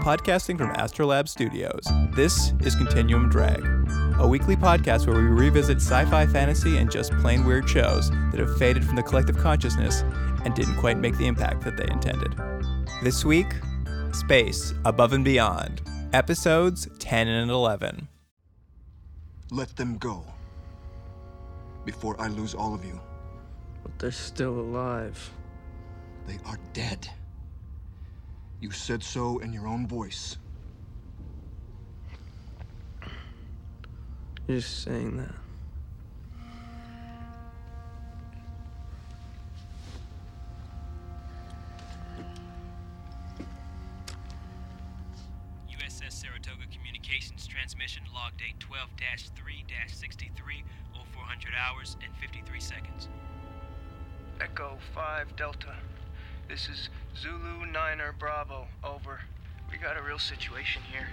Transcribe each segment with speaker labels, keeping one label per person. Speaker 1: Podcasting from Astrolab Studios, this is Continuum Drag, a weekly podcast where we revisit sci fi fantasy and just plain weird shows that have faded from the collective consciousness and didn't quite make the impact that they intended. This week, Space Above and Beyond, episodes 10 and 11.
Speaker 2: Let them go. Before I lose all of you,
Speaker 3: But they're still alive.
Speaker 2: they are dead. You said so in your own voice.
Speaker 3: You're just saying that.
Speaker 4: USS Saratoga Communications transmission log date 12 3 63, 0400 hours and 53 seconds.
Speaker 5: Echo 5 Delta. This is Zulu Niner Bravo. Over. We got a real situation here.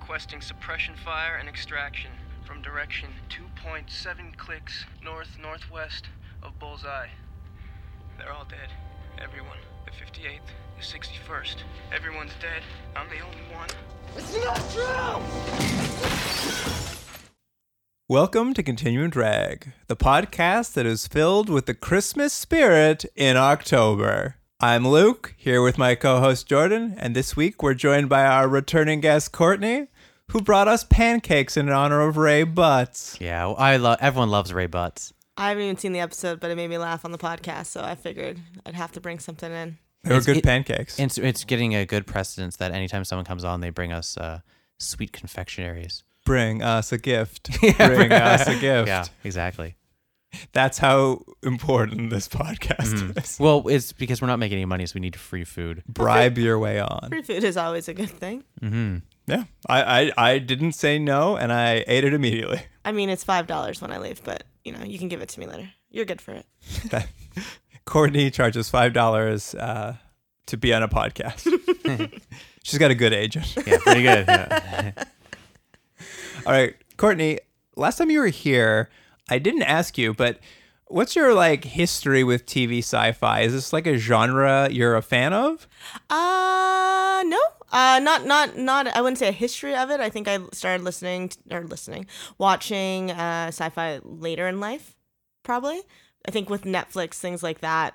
Speaker 5: Requesting suppression fire and extraction from direction 2.7 clicks north northwest of Bullseye. They're all dead. Everyone. The 58th, the 61st. Everyone's dead. I'm the only one.
Speaker 1: Welcome to Continuum Drag, the podcast that is filled with the Christmas spirit in October. I'm Luke, here with my co host Jordan, and this week we're joined by our returning guest Courtney, who brought us pancakes in honor of Ray Butts.
Speaker 6: Yeah, well, I love. Everyone loves Ray Butts.
Speaker 7: I haven't even seen the episode, but it made me laugh on the podcast, so I figured I'd have to bring something in.
Speaker 1: They were
Speaker 6: It's-
Speaker 1: good
Speaker 6: it-
Speaker 1: pancakes.
Speaker 6: It's it's getting a good precedence that anytime someone comes on, they bring us uh, sweet confectionaries.
Speaker 1: Bring us a gift. Bring us a gift.
Speaker 6: Yeah, exactly.
Speaker 1: That's how important this podcast
Speaker 6: Hmm.
Speaker 1: is.
Speaker 6: Well, it's because we're not making any money, so we need free food.
Speaker 1: Bribe your way on.
Speaker 7: Free food is always a good thing.
Speaker 1: Yeah. I, I, I didn't say no, and I ate it immediately.
Speaker 7: I mean, it's five dollars when I leave, but you know, you can give it to me later. You're good for it.
Speaker 1: that Courtney charges five dollars uh, to be on a podcast. She's got a good agent.
Speaker 6: Yeah, pretty good. Yeah.
Speaker 1: All right, Courtney. Last time you were here, I didn't ask you, but what's your like history with TV sci-fi? Is this like a genre you're a fan of?
Speaker 7: Uh, no, uh, not not not. I wouldn't say a history of it. I think I started listening t or listening, watching uh, sci-fi later in life, probably. I think with Netflix things like that,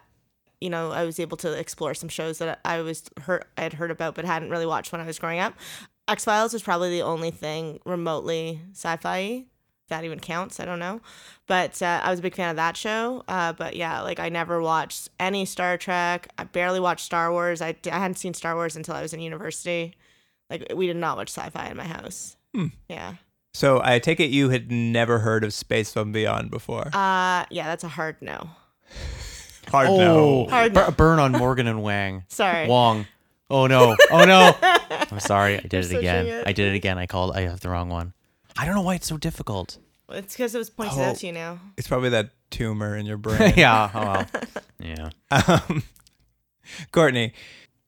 Speaker 7: you know, I was able to explore some shows that I was heard I had heard about but hadn't really watched when I was growing up. X Files was probably the only thing remotely sci-fi. If that even counts, I don't know. But uh, I was a big fan of that show. Uh, but yeah, like I never watched any Star Trek. I barely watched Star Wars. I, I hadn't seen Star Wars until I was in university. Like we did not watch sci-fi in my house.
Speaker 6: Hmm.
Speaker 7: Yeah.
Speaker 1: So I take it you had never heard of Space from Beyond before.
Speaker 7: Uh, yeah, that's a hard no.
Speaker 1: Hard
Speaker 6: oh,
Speaker 1: no.
Speaker 7: Hard
Speaker 6: bur- burn on Morgan and Wang.
Speaker 7: Sorry.
Speaker 6: Wong. Oh no. Oh no. I'm sorry. I did it
Speaker 7: switching
Speaker 6: again.
Speaker 7: it.
Speaker 6: I did it again. I called. I have the wrong one. I don't know why it's so difficult.
Speaker 7: It's because it was pointed
Speaker 1: Oh.
Speaker 7: out to you now.
Speaker 1: It's probably that tumor in your brain.
Speaker 6: yeah. Oh, well. Yeah.
Speaker 1: Um, Courtney,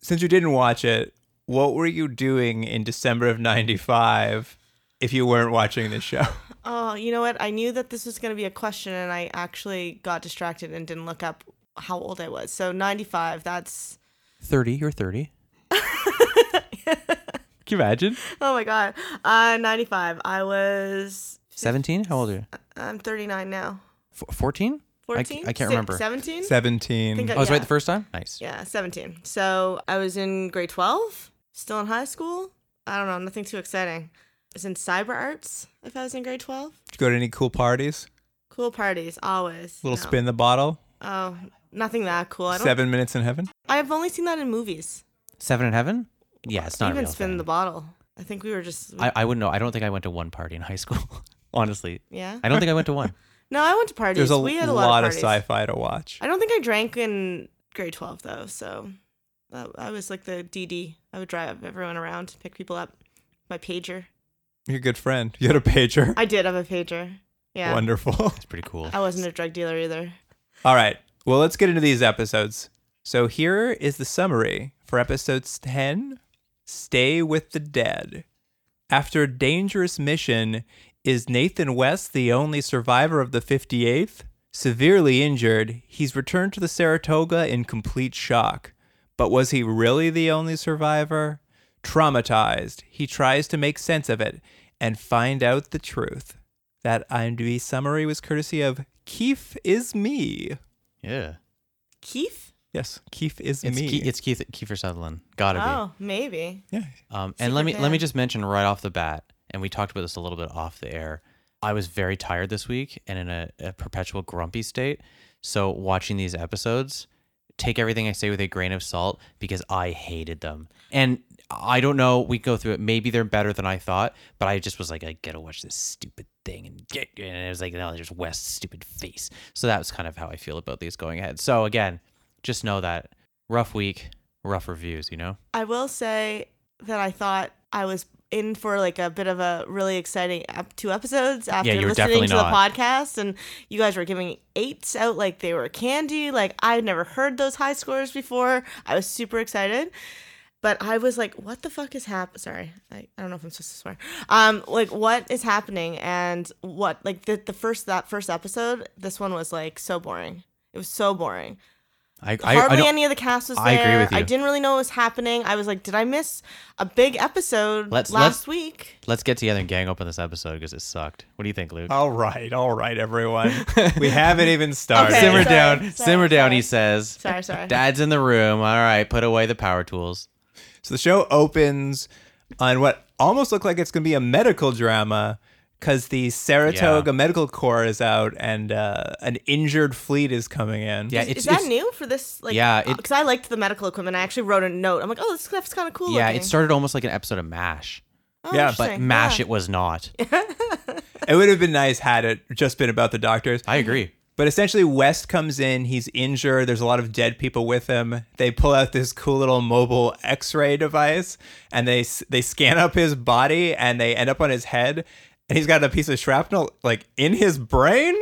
Speaker 1: since you didn't watch it, what were you doing in December of 95 if you weren't watching this show?
Speaker 7: Oh, you know what? I knew that this was going to be a question, and I actually got distracted and didn't look up how old I was. So 95, that's.
Speaker 6: Thirty. You're thirty.
Speaker 1: Can you imagine?
Speaker 7: Oh my God. Uh, 95. I was.
Speaker 6: Seventeen. How old are you?
Speaker 7: I'm 39 now.
Speaker 6: Fourteen.
Speaker 7: 14?
Speaker 6: I, can't
Speaker 7: Si-
Speaker 6: remember.
Speaker 7: 17? Think
Speaker 1: 17.
Speaker 7: I-
Speaker 6: I was
Speaker 7: yeah.
Speaker 6: right the first time. Nice.
Speaker 7: Yeah, 17. So I was in grade 12, still in high school. I don't know, nothing too exciting. I was in cyber arts if I was in grade
Speaker 1: Did
Speaker 7: 12.
Speaker 1: you go to any cool parties?
Speaker 7: Cool parties, always.
Speaker 1: Little
Speaker 7: No.
Speaker 1: spin the bottle?
Speaker 7: Oh, nothing that cool. I don't,
Speaker 1: Seven minutes in heaven?
Speaker 7: I've only seen that in movies.
Speaker 6: Seven in Heaven? Yeah, it's not
Speaker 7: Even
Speaker 6: a real
Speaker 7: spin
Speaker 6: thing.
Speaker 7: the bottle. I think we were just.
Speaker 6: I, I wouldn't know. I don't think I went to one party in high school. Honestly,
Speaker 7: yeah.
Speaker 6: I don't think I went to one.
Speaker 7: No, I went to parties.
Speaker 1: There's a
Speaker 7: we had a lot,
Speaker 1: lot
Speaker 7: of
Speaker 1: of
Speaker 7: parties.
Speaker 1: sci fi to watch.
Speaker 7: I don't think I drank in grade 12 though, so uh, I was like the DD. I would drive everyone around, pick people up. My pager.
Speaker 1: You're a good friend. You had a pager.
Speaker 7: I did have a pager. Yeah.
Speaker 1: Wonderful.
Speaker 6: It's pretty cool.
Speaker 7: I wasn't a drug dealer either.
Speaker 1: All right. Well, let's get into these episodes. So here is the summary for episodes 10 Stay with the Dead. After a dangerous mission, is Nathan West the only survivor of the 58th? Severely injured, he's returned to the Saratoga in complete shock. But was he really the only survivor? Traumatized, he tries to make sense of it and find out the truth. That IMDb summary was courtesy of Keith is me.
Speaker 6: Yeah.
Speaker 7: Keith?
Speaker 1: Yes, Keith is
Speaker 6: It's
Speaker 1: me.
Speaker 6: Ke- it's Keith Kiefer Sutherland. Gotta be.
Speaker 7: Oh, maybe.
Speaker 1: yeah.
Speaker 6: Um, and let me let me
Speaker 7: fan.
Speaker 6: just mention right off the bat, and we talked about this a little bit off the air. I was very tired this week and in a, a perpetual grumpy state. So watching these episodes, take everything I say with a grain of salt because I hated them. And I don't know. We go through it. Maybe they're better than I thought, but I just was like, I gotta watch this stupid thing and get. And it was like, no, there's West's stupid face. So that was kind of how I feel about these going ahead. So again, just know that rough week, rough reviews. You know.
Speaker 7: I will say that I thought I was in for like a bit of a really exciting ep- two episodes after
Speaker 6: you were
Speaker 7: listening
Speaker 6: definitely
Speaker 7: to
Speaker 6: not.
Speaker 7: the podcast and you guys were giving eights out like they were candy like I'd never heard those high scores before I was super excited but I was like what the fuck is happening sorry I, I don't know if I'm supposed to swear um like what is happening and what like the, the first that first episode this one was like so boring it was so boring
Speaker 6: I,
Speaker 7: hardly
Speaker 6: don't-
Speaker 7: any of the cast was there.
Speaker 6: I agree with
Speaker 7: I
Speaker 6: you.
Speaker 7: didn't really know what was happening. I was like, did I miss a big episode
Speaker 6: Let's- let's-
Speaker 7: last week?
Speaker 6: Let's get together and gang up on this episode because it sucked. What do you think, Luke?
Speaker 1: All right, all right, everyone. we haven't even started.
Speaker 7: Okay,
Speaker 6: simmer
Speaker 7: sorry,
Speaker 6: down,
Speaker 7: sorry,
Speaker 6: simmer down.
Speaker 7: sorry.
Speaker 6: He says,
Speaker 7: Sorry, sorry.
Speaker 6: "Dad's in the room. All right, put away the power tools."
Speaker 1: So the show opens on what almost looked like it's going to be a medical drama because the Saratoga
Speaker 6: Yeah.
Speaker 1: Medical Corps is out and uh, an injured fleet is coming in.
Speaker 6: Yeah,
Speaker 7: is
Speaker 6: Uh, it's,
Speaker 7: that
Speaker 6: it's-
Speaker 7: new for this? Like,
Speaker 6: Yeah, it-
Speaker 7: because I liked the medical equipment. I actually wrote a note. I'm like, oh, this stuff's kind of cool.
Speaker 6: yeah.
Speaker 7: looking.
Speaker 6: It started almost like an episode of Mash,
Speaker 7: Oh,
Speaker 1: yeah, but
Speaker 6: but
Speaker 7: interesting.
Speaker 6: Mash
Speaker 7: Yeah.
Speaker 6: it was not.
Speaker 1: It would have been nice had it just been about the doctors.
Speaker 6: I agree.
Speaker 1: But essentially, West comes in. He's injured. There's a lot of dead people with him. They pull out this cool little mobile X-ray device, and they s- they scan up his body, and they end up on his head, and he's got a piece of shrapnel like in his brain.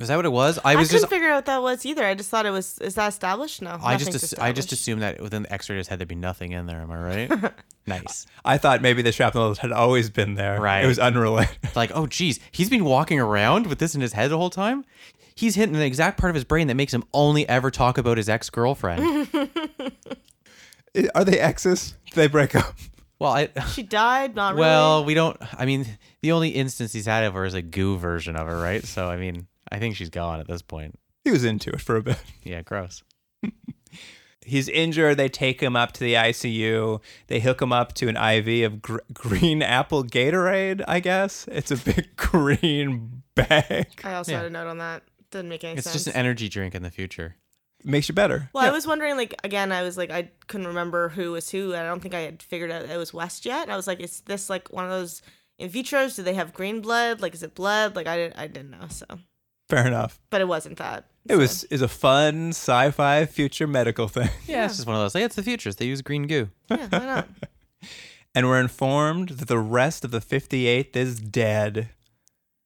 Speaker 6: Was that what it was? I
Speaker 7: I,
Speaker 6: was
Speaker 7: couldn't
Speaker 6: just,
Speaker 7: figure out what that was either. I just thought it was. Is that established? No.
Speaker 6: I just,
Speaker 7: nothing's
Speaker 6: ass- I just
Speaker 7: established.
Speaker 6: assumed that within the X-ray head there'd be nothing in there. Am I right? nice.
Speaker 1: I thought maybe the shrapnel had always been there.
Speaker 6: Right.
Speaker 1: It was unrelated.
Speaker 6: Like, oh, geez, he's been walking around with this in his head the whole time. He's hitting the exact part of his brain that makes him only ever talk about his ex-girlfriend.
Speaker 1: Are they exes? Did they break up?
Speaker 6: well, I.
Speaker 7: She died. Not
Speaker 6: Well, we don't. I mean, the only instance he's had of her is a goo version of her, right? So, I mean, I think she's gone at this point.
Speaker 1: He was into it for a bit.
Speaker 6: Yeah, gross.
Speaker 1: He's injured. They take him up to the ICU. They hook him up to an IV of gr- green apple Gatorade, I guess. It's a big green bag.
Speaker 7: really. I also
Speaker 6: yeah.
Speaker 7: had a note on that. Didn't make any
Speaker 6: It's
Speaker 7: sense.
Speaker 6: just an energy drink in the future.
Speaker 1: Makes you better.
Speaker 7: Well,
Speaker 1: Yeah.
Speaker 7: I was wondering, like, again, I was like, I couldn't remember who was who. I don't think I had figured out it was West yet. I was like, is this like one of those in vitros? Do they have green blood? Like, is it blood? Like, I didn't, I didn't know. So,
Speaker 1: Fair enough.
Speaker 7: but it wasn't that.
Speaker 1: It was is a fun sci-fi future medical thing.
Speaker 6: Yeah, it's just one of those. Like, it's the future. They use green goo.
Speaker 7: Yeah, why not?
Speaker 1: And we're informed that the rest of the 58th is dead.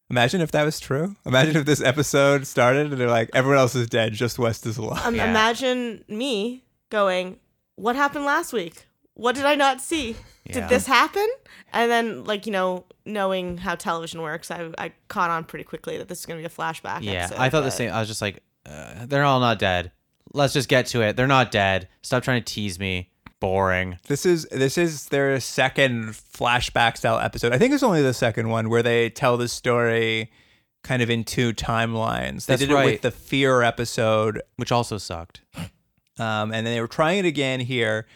Speaker 1: Imagine if that was true. Imagine if this episode started and they're like, everyone else is dead, just West is alive.
Speaker 7: Um,
Speaker 6: Yeah.
Speaker 7: Imagine me going, what happened last week? What did I not see?
Speaker 6: Yeah.
Speaker 7: Did this happen? And then, like, you know, knowing how television works, I, I caught on pretty quickly that this is going to be a flashback.
Speaker 6: Yeah,
Speaker 7: episode,
Speaker 6: I thought the
Speaker 7: but-
Speaker 6: same. I was just like, uh, they're all not dead. Let's just get to it. They're not dead. Stop trying to tease me. Boring.
Speaker 1: This is this is their second flashback style episode. I think it's only the second one where they tell the story kind of in two timelines. They
Speaker 6: That's
Speaker 1: did it with
Speaker 6: right.
Speaker 1: the fear episode,
Speaker 6: Which also sucked.
Speaker 1: um, and then they were trying it again here.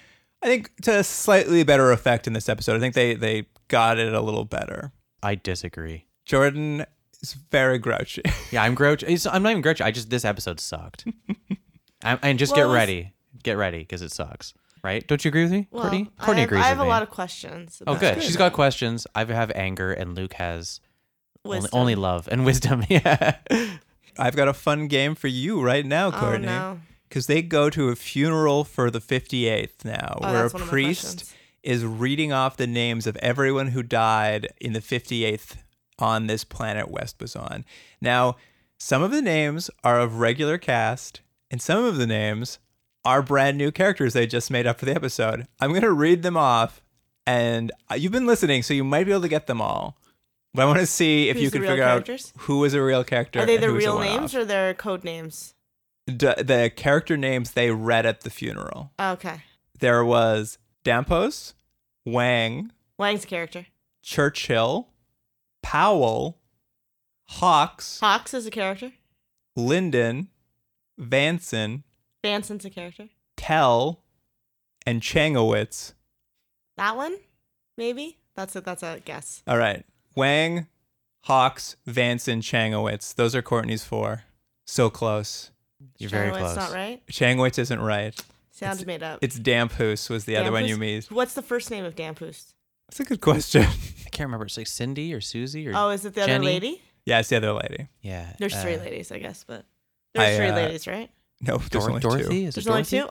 Speaker 1: I think to a slightly better effect in this episode. I think they they got it a little better.
Speaker 6: I disagree.
Speaker 1: Jordan is very grouchy.
Speaker 6: Yeah, I'm grouch. It's, I'm not even grouchy. I just this episode sucked. I'm, and just
Speaker 7: Well, it
Speaker 6: get
Speaker 7: was-
Speaker 6: ready, get ready, because it sucks, right? Don't you agree with me,
Speaker 7: Well,
Speaker 6: Courtney?
Speaker 7: I
Speaker 6: Courtney
Speaker 7: have-
Speaker 6: agrees
Speaker 7: I have
Speaker 6: with
Speaker 7: a
Speaker 6: me.
Speaker 7: lot of questions.
Speaker 6: eh? oh,
Speaker 7: about
Speaker 6: good.
Speaker 7: it.
Speaker 6: She's got questions. I have anger, and Luke has only,
Speaker 7: Wisdom.
Speaker 6: only love and wisdom. Yeah.
Speaker 1: I've got a fun game for you right now, Courtney.
Speaker 7: Oh, no.
Speaker 1: Because they go to a funeral for the 58th now,
Speaker 7: Oh,
Speaker 1: where a
Speaker 7: that's one of my
Speaker 1: priest
Speaker 7: questions.
Speaker 1: is reading off the names of everyone who died in the 58th on this planet West was on. Now, some of the names are of regular cast, and some of the names are brand new characters they just made up for the episode. I'm going to read them off, and uh, you've been listening, so you might be able to get them all. But I want to see if
Speaker 7: Who's
Speaker 1: you
Speaker 7: the
Speaker 1: can
Speaker 7: real
Speaker 1: figure
Speaker 7: characters?
Speaker 1: out who is a real character.
Speaker 7: Are they
Speaker 1: and
Speaker 7: their
Speaker 1: who is a
Speaker 7: real
Speaker 1: one-off.
Speaker 7: names or their code names?
Speaker 1: D- the character names they read at the funeral.
Speaker 7: Oh, Okay.
Speaker 1: There was Dampos, Wang,
Speaker 7: Wang's a character.
Speaker 1: Churchill, Powell, Hawks,
Speaker 7: Hawks is a character.
Speaker 1: Linden, Vanson,
Speaker 7: Vanson's a character.
Speaker 1: Tell, and Changowitz.
Speaker 7: That one? Maybe? That's a that's a guess.
Speaker 1: All right. Wang, Hawks, Vanson, Changowitz. Those are Courtney's four. So close.
Speaker 6: You're very
Speaker 7: Chernowitz
Speaker 6: close.
Speaker 7: not right.
Speaker 1: Changowitz isn't right.
Speaker 7: Sounds made up.
Speaker 1: It's Dampus was the other one you
Speaker 7: Dampus?
Speaker 1: missed.
Speaker 7: What's the first name of Dampus?
Speaker 1: That's a good question.
Speaker 6: I can't remember. It's like Cindy or Susie or
Speaker 7: Oh, is it the
Speaker 6: Jenny?
Speaker 7: other lady?
Speaker 1: yeah, it's the other lady.
Speaker 6: Yeah.
Speaker 7: There's three
Speaker 6: uh,
Speaker 7: ladies, I guess, but
Speaker 1: I,
Speaker 7: there's three
Speaker 1: uh,
Speaker 7: ladies, right?
Speaker 1: No, there's
Speaker 6: Dor-
Speaker 1: only
Speaker 6: Dorothy?
Speaker 1: two.
Speaker 6: Is it
Speaker 7: There's only
Speaker 6: Dorothy?
Speaker 7: two.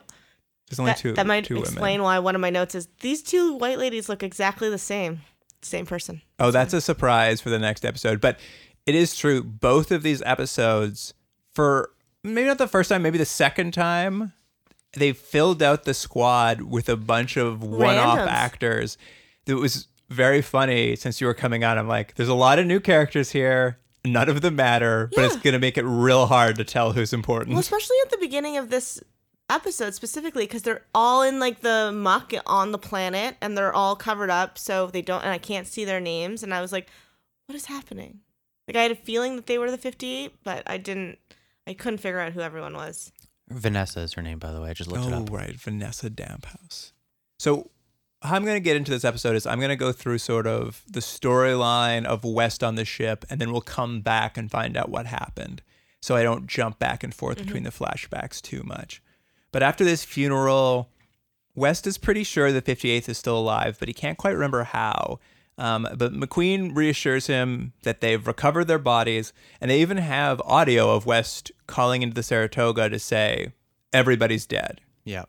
Speaker 1: There's only
Speaker 7: that,
Speaker 1: two.
Speaker 7: that might
Speaker 1: two women.
Speaker 7: explain why one of my notes is these two white ladies look exactly the same. Same person.
Speaker 1: Oh, that's a surprise for the next episode. But it is true. Both of these episodes, for maybe not the first time, maybe the second time, they filled out the squad with a bunch of one off
Speaker 7: Randoms.
Speaker 1: actors. It was very funny since you were coming on. I'm like, there's a lot of new characters here. None of them matter, but it's
Speaker 7: Yeah.
Speaker 1: going to make it real hard to tell who's important.
Speaker 7: Well, especially at the beginning of this episode specifically, because they're all in like the muck on the planet and they're all covered up, so they don't, and I can't see their names. And I was like, what is happening? Like, I had a feeling that they were the 58, but I didn't, I couldn't figure out who everyone was.
Speaker 6: Vanessa is her name, by the way. I just looked it
Speaker 1: oh,
Speaker 6: up.
Speaker 1: right. Vanessa Damphouse. So, how I'm going to get into this episode is I'm going to go through sort of the storyline of West on the ship, and then we'll come back and find out what happened. So, I don't jump back and
Speaker 6: Mm-hmm.
Speaker 1: forth between the flashbacks too much. But after this funeral, West is pretty sure the 58th is still alive, but he can't quite remember how. Um, but McQueen reassures him that they've recovered their bodies, and they even have audio of West calling into the Saratoga to say, everybody's dead.
Speaker 6: Yeah.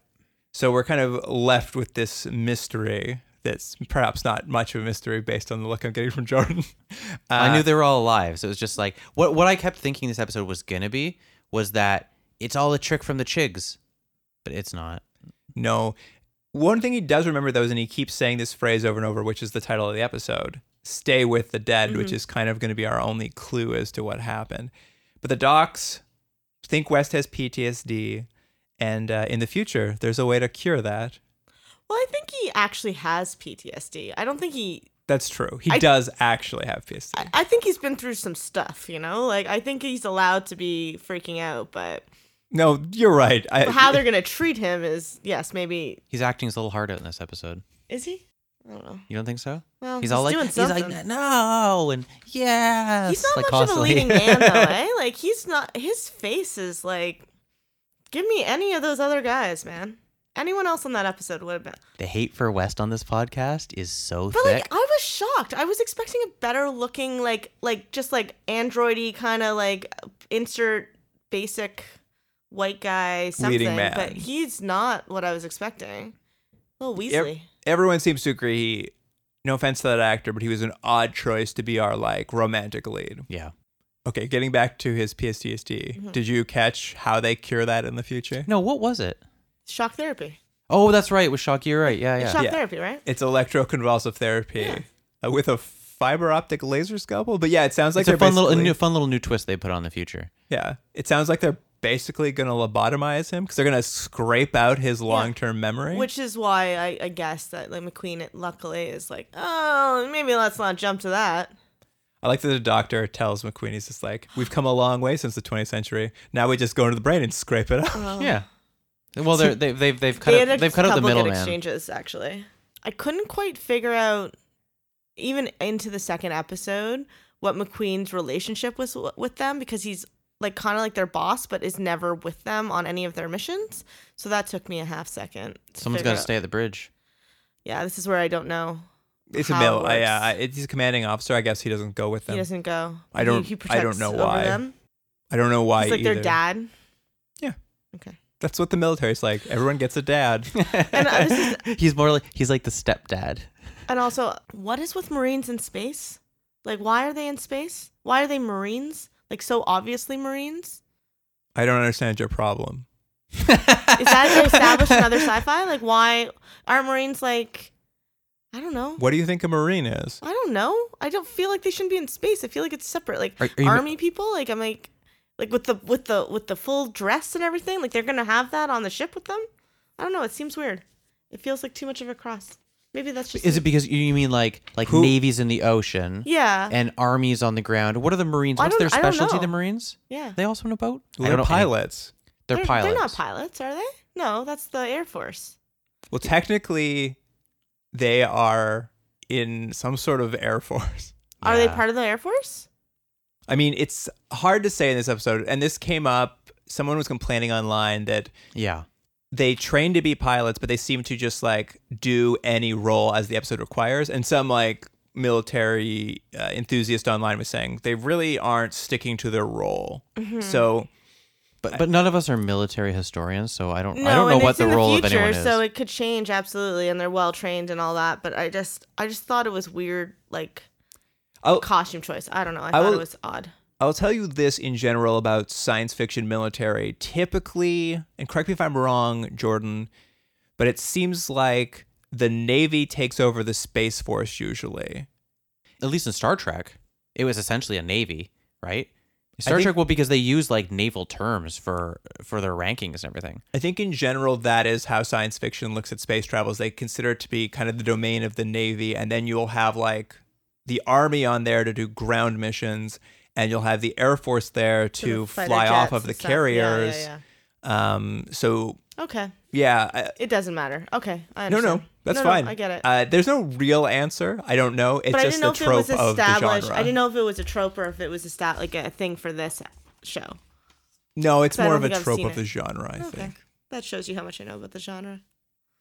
Speaker 1: So we're kind of left with this mystery that's perhaps not much of a mystery based on the look I'm getting from Jordan. Uh,
Speaker 6: I knew they were all alive. So it was just like what what I kept thinking this episode was gonna be was that it's all a trick from the Chigs, but it's not.
Speaker 1: No. One thing he does remember though is, and he keeps saying this phrase over and over, which is the title of the episode Stay with the Dead,
Speaker 7: Mm-hmm.
Speaker 1: which is kind of going to be our only clue as to what happened. But the docs think West has PTSD, and uh, in the future, there's a way to cure that.
Speaker 7: Well, I think he actually has PTSD. I don't think he,
Speaker 1: That's true. He
Speaker 7: I-
Speaker 1: does actually have PTSD.
Speaker 7: I, I think he's been through some stuff, you know? Like, I think he's allowed to be freaking out, but
Speaker 1: no, you're right. I,
Speaker 7: how they're going to treat him is, yes, maybe,
Speaker 6: He's acting his little heart out in this episode.
Speaker 7: is he? I don't know.
Speaker 6: You don't think so?
Speaker 7: Well,
Speaker 6: he's all like
Speaker 7: doing
Speaker 6: he's like
Speaker 7: something.
Speaker 6: no and yes.
Speaker 7: He's not
Speaker 6: like,
Speaker 7: much
Speaker 6: constantly.
Speaker 7: of a leading man, though, eh? Like he's not. His face is like, give me any of those other guys, man. Anyone else on that episode would have been.
Speaker 6: the hate for West on this podcast is so
Speaker 7: But
Speaker 6: thick.
Speaker 7: like, I was shocked. I was expecting a better looking, like, like just like androidy kind of like insert basic white guy something.
Speaker 1: Leading man.
Speaker 7: But he's not what I was expecting. little
Speaker 1: Ev-
Speaker 7: Weasley.
Speaker 1: everyone seems to agree he no offense to that actor but he was an odd choice to be our like romantic lead
Speaker 6: yeah.
Speaker 1: okay getting back to his ptsd did you catch how they cure that in the future
Speaker 6: No, what was it?
Speaker 7: Shock therapy.
Speaker 6: Oh, that's right. With Shock, you're right. Yeah,
Speaker 7: It's
Speaker 6: yeah.
Speaker 7: Shock
Speaker 1: Yeah.
Speaker 7: therapy, right?
Speaker 1: it's electroconvulsive therapy uh, with a fiber optic laser scalpel but yeah it sounds like
Speaker 6: it's a
Speaker 1: they're
Speaker 6: fun little, a
Speaker 1: basically-
Speaker 6: new, fun little new twist they put on the future.
Speaker 1: yeah it sounds like they're basically gonna lobotomize him because they're gonna scrape out his long-term memory
Speaker 7: Which is why I, I guess that like McQueen luckily is like, oh, maybe let's not jump to that.
Speaker 1: i like that the doctor tells mcqueen he's just like we've come a long way since the 20th century now we just go into the brain and scrape it out
Speaker 6: Yeah. Well, they're, they've they've they've cut
Speaker 7: Oh. They had
Speaker 6: out,
Speaker 7: a
Speaker 6: they've cut out the
Speaker 7: couple good
Speaker 6: middleman.
Speaker 7: exchanges actually. I couldn't quite figure out even into the second episode what McQueen's relationship was w- with them because he's like kind of like their boss but is never with them on any of their missions. So that took me a half second. to
Speaker 6: Someone's
Speaker 7: figure
Speaker 6: got to
Speaker 7: out-
Speaker 6: stay at the bridge.
Speaker 7: Yeah, this is where I don't know.
Speaker 1: It's a
Speaker 7: how
Speaker 1: male.
Speaker 7: it
Speaker 1: I,
Speaker 7: works.
Speaker 1: uh, I- it's, he's a commanding officer. I guess he doesn't go with
Speaker 7: He
Speaker 1: them.
Speaker 7: doesn't go.
Speaker 1: I
Speaker 7: He-
Speaker 1: don't-
Speaker 7: He,
Speaker 1: I don't
Speaker 7: protects
Speaker 1: know
Speaker 7: over
Speaker 1: why.
Speaker 7: Them.
Speaker 1: I don't know why
Speaker 7: He's like
Speaker 1: either.
Speaker 7: their dad.
Speaker 1: Yeah.
Speaker 7: Okay.
Speaker 1: That's what the military's like. Everyone gets a dad.
Speaker 7: And uh, this is
Speaker 6: he's more like he's like the stepdad.
Speaker 7: And also, what is with Marines in space? Like, why are they in space? Why are they Marines? Like, so obviously Marines?
Speaker 1: I don't understand your problem.
Speaker 7: Is that to establish another sci fi? Like, why aren't Marines like I don't know.
Speaker 1: What do you think a Marine is?
Speaker 7: I don't know. I don't feel like they shouldn't be in space. I feel like it's separate. Like
Speaker 6: Are- are you-
Speaker 7: army people, like I'm like like with the with the with the full dress and everything, like they're gonna have that on the ship with them. I don't know, it seems weird. It feels like too much of a cross. Maybe that's just
Speaker 6: Is it because you you mean like like
Speaker 1: Who-
Speaker 6: navies in the ocean
Speaker 7: Yeah.
Speaker 6: and armies on the ground? What are the Marines?
Speaker 7: I
Speaker 6: What's their
Speaker 7: don't- I don't
Speaker 6: specialty? The
Speaker 7: know.
Speaker 6: Marines?
Speaker 7: yeah.
Speaker 6: They also on a boat? I
Speaker 1: They're
Speaker 6: don't know any-
Speaker 1: pilots.
Speaker 6: They're, pilots.
Speaker 7: They're not pilots, are they? No, that's the Air Force.
Speaker 1: Well, technically, they are in some sort of air force.
Speaker 7: Are they
Speaker 6: Yeah.
Speaker 7: part of the Air Force?
Speaker 1: I mean, it's hard to say in this episode, and this came up. Someone was complaining online that
Speaker 6: Yeah.
Speaker 1: they train to be pilots, but they seem to just like do any role as the episode requires. And some like military uh, enthusiast online was saying they really aren't sticking to their role. So
Speaker 6: But but none of us are military historians, so I don't
Speaker 7: No,
Speaker 6: I don't know
Speaker 7: and
Speaker 6: what
Speaker 7: it's
Speaker 6: the
Speaker 7: in
Speaker 6: role
Speaker 7: the
Speaker 6: of anyone
Speaker 7: future,
Speaker 6: is.
Speaker 7: so it could change absolutely, and they're well trained and all that. But I just, I just thought it was weird, like
Speaker 1: I'll-
Speaker 7: costume choice. I don't know. I,
Speaker 1: I
Speaker 7: thought
Speaker 1: will-
Speaker 7: it was odd.
Speaker 1: I'll tell you this in general about science fiction military. Typically, and correct me if I'm wrong, Jordan, but it seems like the Navy takes over the Space Force usually.
Speaker 6: At least in Star Trek, it was essentially a navy, right? Star
Speaker 1: think-
Speaker 6: Trek well because they use like naval terms for for their rankings and everything.
Speaker 1: I think in general that is how science fiction looks at space travels. They consider it to be kind of the domain of the navy, and then you'll have like the army on there to do ground missions, and you'll have the air force there to
Speaker 7: fighter
Speaker 1: fly off
Speaker 7: jets
Speaker 1: of the
Speaker 7: and stuff. Yeah, yeah,
Speaker 1: carriers. Um, so
Speaker 7: yeah. Okay,
Speaker 1: yeah, I,
Speaker 7: it doesn't matter. Okay, I
Speaker 1: no,
Speaker 7: understand.
Speaker 1: no, that's
Speaker 7: no,
Speaker 1: fine.
Speaker 7: I get it.
Speaker 1: Uh, there's no real answer. I don't know. It's
Speaker 7: but I
Speaker 1: just
Speaker 7: didn't know
Speaker 1: the
Speaker 7: if it
Speaker 1: trope
Speaker 7: was
Speaker 1: of the
Speaker 7: established.
Speaker 1: genre.
Speaker 7: I didn't know if it was a trope or if it was a stat like a thing for this show.
Speaker 1: no, it's
Speaker 7: So I
Speaker 1: more
Speaker 7: don't
Speaker 1: of a
Speaker 7: think I've
Speaker 1: trope
Speaker 7: seen
Speaker 1: of
Speaker 7: it.
Speaker 1: the genre. I
Speaker 7: okay,
Speaker 1: think.
Speaker 7: that shows you how much I know about the genre.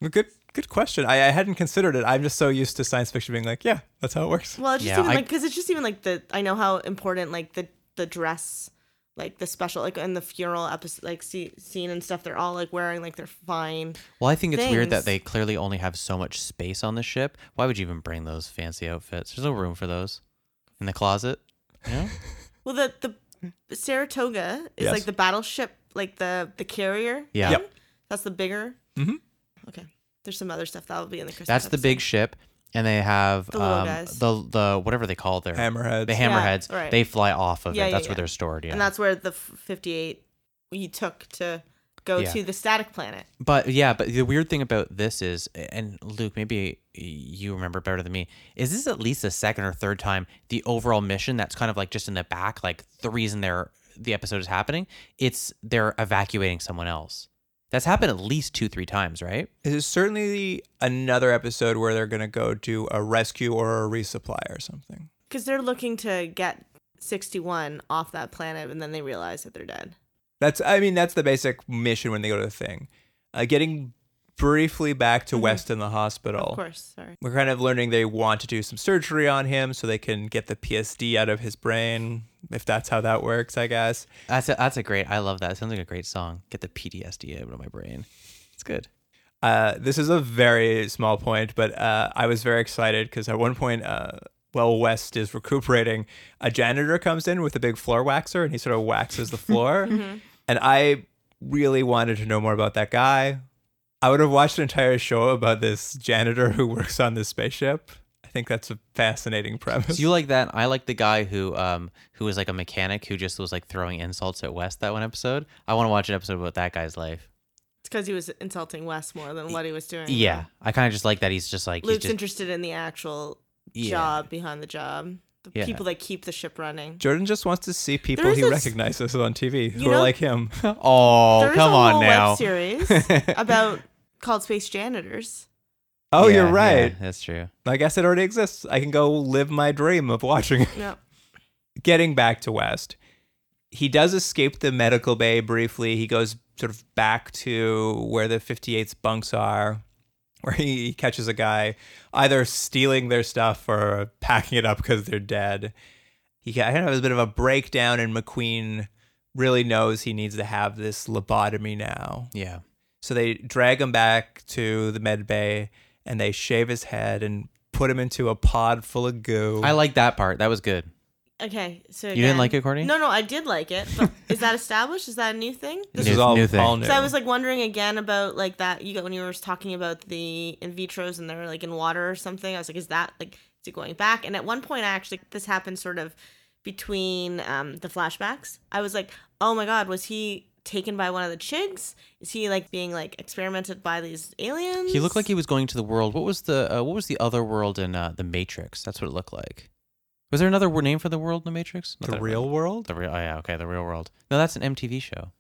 Speaker 1: Well, Good, good question. I, I hadn't considered it. I'm just so used to science fiction being like, yeah, that's how it works.
Speaker 7: Well, it's just
Speaker 6: Yeah,
Speaker 7: even
Speaker 6: I-
Speaker 7: like because it's just even like the I know how important like the the dress, like the special like in the funeral episode like see, scene and stuff. They're all like wearing like they're fine.
Speaker 6: Well, I think it's weird that
Speaker 7: Things.
Speaker 6: they clearly only have so much space on the ship. Why would you even bring those fancy outfits? There's no room for those in the closet. You know?
Speaker 7: Well, the the Saratoga is
Speaker 1: Yes.
Speaker 7: like the battleship, like the the carrier.
Speaker 6: Yeah. Mm-hmm.
Speaker 1: Yep.
Speaker 7: That's the bigger.
Speaker 1: Mhm.
Speaker 7: Okay. There's some other stuff that'll be in the Christmas.
Speaker 6: That's the big
Speaker 7: episode.
Speaker 6: ship, and they have
Speaker 7: The little
Speaker 6: um,
Speaker 7: guys.
Speaker 6: the the whatever they call their
Speaker 1: Hammerheads.
Speaker 6: the hammerheads.
Speaker 7: right.
Speaker 6: They fly off of it.
Speaker 7: Yeah, yeah,
Speaker 6: That's where
Speaker 7: yeah.
Speaker 6: they're stored. Yeah.
Speaker 7: And that's where the f- 58 you took to go
Speaker 6: Yeah.
Speaker 7: to the static planet.
Speaker 6: But yeah, but the weird thing about this is, and Luke, maybe you remember better than me, is this at least the second or third time the overall mission that's kind of like just in the back, like the reason they're the episode is happening, it's they're evacuating someone else. That's happened at least two, three times, right?
Speaker 1: This is certainly another episode where they're going to go do a rescue or a resupply or something.
Speaker 7: Because they're looking to get 61 off that planet and then they realize that they're dead.
Speaker 1: That's, I mean, that's the basic mission when they go to the thing. Uh, getting briefly back to West in the hospital.
Speaker 7: Mm-hmm.
Speaker 6: Oh.
Speaker 7: Of course. Sorry.
Speaker 1: We're kind of learning they want to do some surgery on him so they can get the PSD out of his brain, if that's how that works, I guess.
Speaker 6: That's a, that's a great. I love that. It sounds like a great song. Get the PTSD out of my brain. It's good.
Speaker 1: Uh, this is a very small point, but uh, I was very excited because at one point, uh, while West is recuperating, a janitor comes in with a big floor waxer and he sort of waxes the floor.
Speaker 7: Mm-hmm.
Speaker 1: And I really wanted to know more about that guy. I would have watched an entire show about this janitor who works on this spaceship. I think that's a fascinating premise.
Speaker 6: So you like that? I like the guy who um who was like a mechanic who just was like throwing insults at West that one episode. I want to watch an episode about that guy's life.
Speaker 7: It's because he was insulting Wes more than what he was doing.
Speaker 6: Yeah, I kind of just like that. He's just like he's
Speaker 7: Luke's
Speaker 6: just-
Speaker 7: interested in the actual
Speaker 6: Yeah.
Speaker 7: job behind the job, the
Speaker 6: Yeah.
Speaker 7: people that keep the ship running.
Speaker 1: Jordan just wants to see people
Speaker 7: There is
Speaker 1: he
Speaker 7: this-
Speaker 1: recognizes on TV who
Speaker 7: You
Speaker 1: are
Speaker 7: know-
Speaker 1: like him.
Speaker 6: Oh,
Speaker 7: There is
Speaker 6: come
Speaker 7: a
Speaker 6: on
Speaker 7: whole
Speaker 6: now.
Speaker 7: web series about called Space Janitors.
Speaker 1: oh,
Speaker 6: Yeah,
Speaker 1: you're right.
Speaker 6: yeah, that's true.
Speaker 1: I guess it already exists. I can go live my dream of watching it.
Speaker 7: No,
Speaker 1: getting back to West, he does escape the medical bay briefly. He goes sort of back to where the 58's bunks are, where he catches a guy either stealing their stuff or packing it up because they're dead. He kind of has a bit of a breakdown, and McQueen really knows he needs to have this lobotomy now.
Speaker 6: Yeah.
Speaker 1: So they drag him back to the med bay and they shave his head and put him into a pod full of goo.
Speaker 6: I like that part. That was good.
Speaker 7: Okay, so
Speaker 6: You didn't
Speaker 7: again-
Speaker 6: like it, Courtney?
Speaker 7: No, no, I did like it. But is that established? Is that a new thing?
Speaker 1: This
Speaker 6: New-
Speaker 1: is all
Speaker 6: new
Speaker 1: new
Speaker 6: thing.
Speaker 1: all new.
Speaker 7: So I was like wondering again about like that you got when you were talking about the in vitros and they're like in water or something. I was like, is that like is it going back? And at one point, I actually this happened sort of between um, the flashbacks. I was like, oh my god, was he taken by one of the chigs? Is he like being like experimented by these aliens?
Speaker 6: He looked like he was going to the world. What was the uh, what was the other world in uh, the Matrix? That's what it looked like. Was there another word- name for the world in the Matrix? Not
Speaker 1: the
Speaker 6: that-
Speaker 1: real world.
Speaker 6: The real. Oh yeah. Okay. The real world. No, that's an MTV show.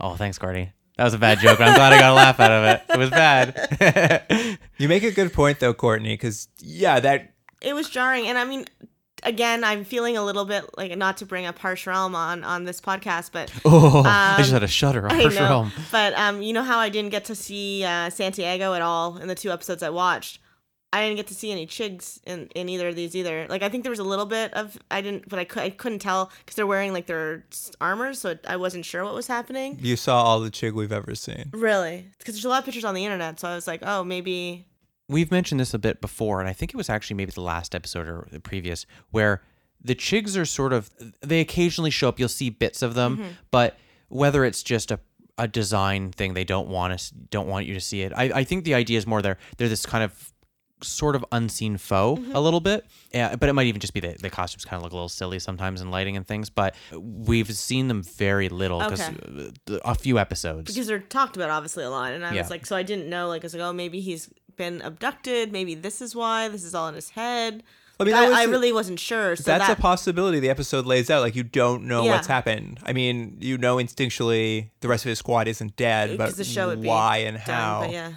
Speaker 6: oh, thanks, Courtney. That was a bad joke, but I'm glad I got a laugh out of it. It was bad.
Speaker 1: You make a good point though, Courtney, because yeah, that
Speaker 7: it was jarring and i mean again i'm feeling a little bit like not to bring up harsh realm on on this podcast but
Speaker 6: oh, I
Speaker 7: Um,
Speaker 6: just had a shudder.
Speaker 7: I
Speaker 6: I
Speaker 7: know. but um you know how i didn't get to see uh santiago at all in the two episodes i watched i didn't get to see any chigs in in either of these either like i think there was a little bit of i didn't but i, cou- I couldn't tell because they're wearing like their s- armors so it, i wasn't sure what was happening
Speaker 1: you saw all the chig we've ever seen.
Speaker 7: really because there's a lot of pictures on the internet so i was like oh maybe
Speaker 6: We've mentioned this a bit before, and I think it was actually maybe the last episode or the previous where the chigs are sort of they occasionally show up. You'll see bits of them, but whether it's just a a design thing, they don't want us don't want you to see it. I, I think the idea is more they're they're this kind of sort of unseen foe a little bit. Yeah, but it might even just be that the costumes kind of look a little silly sometimes in lighting and things. But we've seen them very little because a few episodes.
Speaker 7: because they're talked about obviously a lot and i
Speaker 6: Yeah.
Speaker 7: was like so i didn't know like i was like oh maybe he's been abducted maybe this is why this is all in his head
Speaker 1: I mean, that was
Speaker 7: i, I
Speaker 1: the-
Speaker 7: really wasn't sure so
Speaker 1: That's
Speaker 7: that,
Speaker 1: a possibility the episode lays out. Like you don't know
Speaker 7: Yeah.
Speaker 1: what's happened. I mean, you know instinctually the rest of his squad isn't dead, but
Speaker 7: because the show would be
Speaker 1: why and
Speaker 7: done,
Speaker 1: how.
Speaker 7: but yeah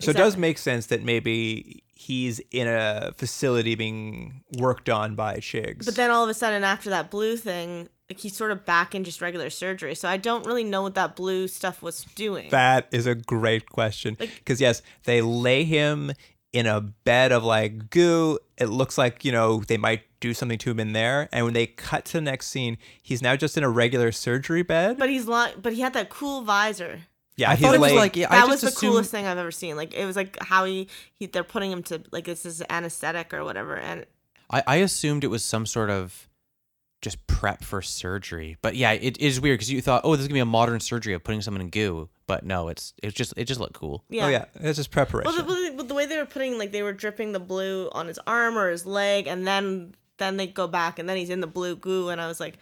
Speaker 1: So it does
Speaker 7: Exactly.
Speaker 1: make sense that maybe he's in a facility being worked on by chigs.
Speaker 7: but then all of a sudden after that blue thing like he's sort of back in just regular surgery so i don't really know what that blue stuff was doing
Speaker 1: That is a great question. Because, yes, they lay him in a bed of like goo. It looks like, you know, they might do something to him in there. And when they cut to the next scene, he's now just in a regular surgery bed.
Speaker 7: but he's li- but he had that cool visor
Speaker 1: yeah,
Speaker 6: I
Speaker 1: he's
Speaker 6: thought it was
Speaker 1: laying-
Speaker 6: like yeah, I
Speaker 7: that
Speaker 6: just
Speaker 7: was the
Speaker 6: assumed-
Speaker 7: coolest thing I've ever seen. Like it was like how he, he they're putting him to like this is anesthetic or whatever, and
Speaker 6: I, I assumed it was some sort of just prep for surgery, but yeah, it is weird because you thought, oh, this is gonna be a modern surgery of putting someone in goo, but no, it's it's just it just looked cool.
Speaker 1: Oh, yeah. That's just preparation.
Speaker 7: Well, the, well, the- well, the way they were putting, like they were dripping the blue on his arm or his leg, and then then they go back, and then he's in the blue goo, and I was like,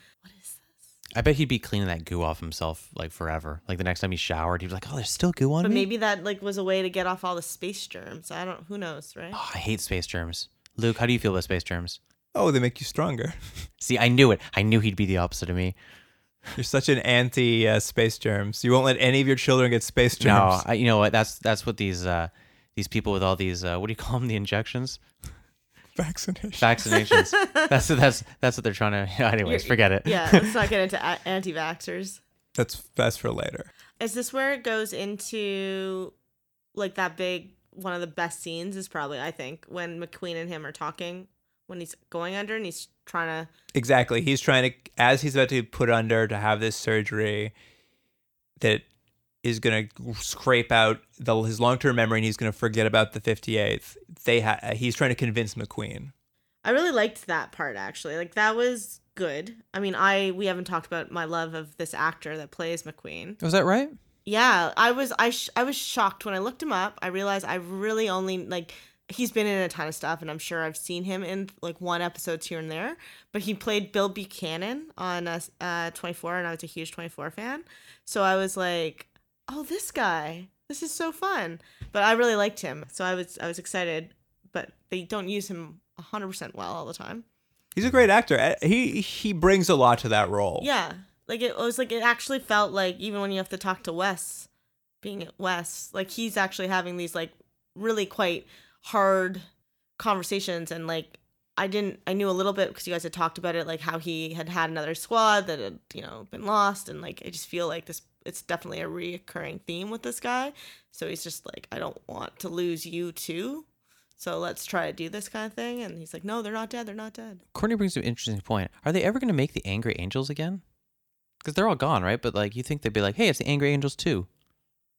Speaker 6: I bet he'd be cleaning that goo off himself like forever. Like the next time he showered, he'd be like, oh, there's still goo on
Speaker 7: but
Speaker 6: me.
Speaker 7: maybe that like was a way to get off all the space germs. I don't, who knows, right?
Speaker 6: Oh, I hate space germs. Luke, how do you feel about space germs?
Speaker 1: oh, they make you stronger.
Speaker 6: See, I knew it. I knew he'd be the opposite of me.
Speaker 1: You're such an anti uh, space germs. You won't let any of your children get space germs.
Speaker 6: No, I, you know what? That's that's what these uh, these people with all these uh, what do you call them? The injections,
Speaker 1: Vaccination.
Speaker 6: vaccinations. that's that's that's what they're trying to. Anyways, forget it.
Speaker 7: yeah, let's not get into a- anti-vaxxers.
Speaker 1: That's that's for later.
Speaker 7: Is this where it goes into like that big one of the best scenes? Is probably I think when McQueen and him are talking when he's going under and he's trying to
Speaker 1: Exactly. He's trying to, as he's about to be put under to have this surgery that is going to scrape out the, his long term memory and he's going to forget about the 58th. They ha- He's trying to convince McQueen.
Speaker 7: I really liked that part actually. Like that was good. I mean, I we haven't talked about my love of this actor that plays McQueen.
Speaker 6: Was that right?
Speaker 7: Yeah, I was I sh- I was shocked when I looked him up. I realized I really only like he's been in a ton of stuff and I'm sure I've seen him in like one episodes here and there, but he played Bill Buchanan on uh, uh 24 and I was a huge 24 fan. So I was like, "Oh, this guy. This is so fun." But I really liked him. So I was I was excited, but they don't use him 100% well all the time.
Speaker 1: He's a great actor. Uh, He he brings a lot to that role.
Speaker 7: Yeah. Like it was like it actually felt like even when you have to talk to Wes, being at Wes, like he's actually having these like really quite hard conversations and like I didn't I knew a little bit because you guys had talked about it like how he had had another squad that had you know been lost and like I just feel like this it's definitely a reoccurring theme with this guy so he's just like I don't want to lose you too so let's try to do this kind of thing and he's like no they're not dead they're not dead
Speaker 6: Courtney brings up an interesting point. Are they ever going to make the Angry Angels again? Because they're all gone, right? But like, you think they'd be like, "Hey, it's the Angry Angels too."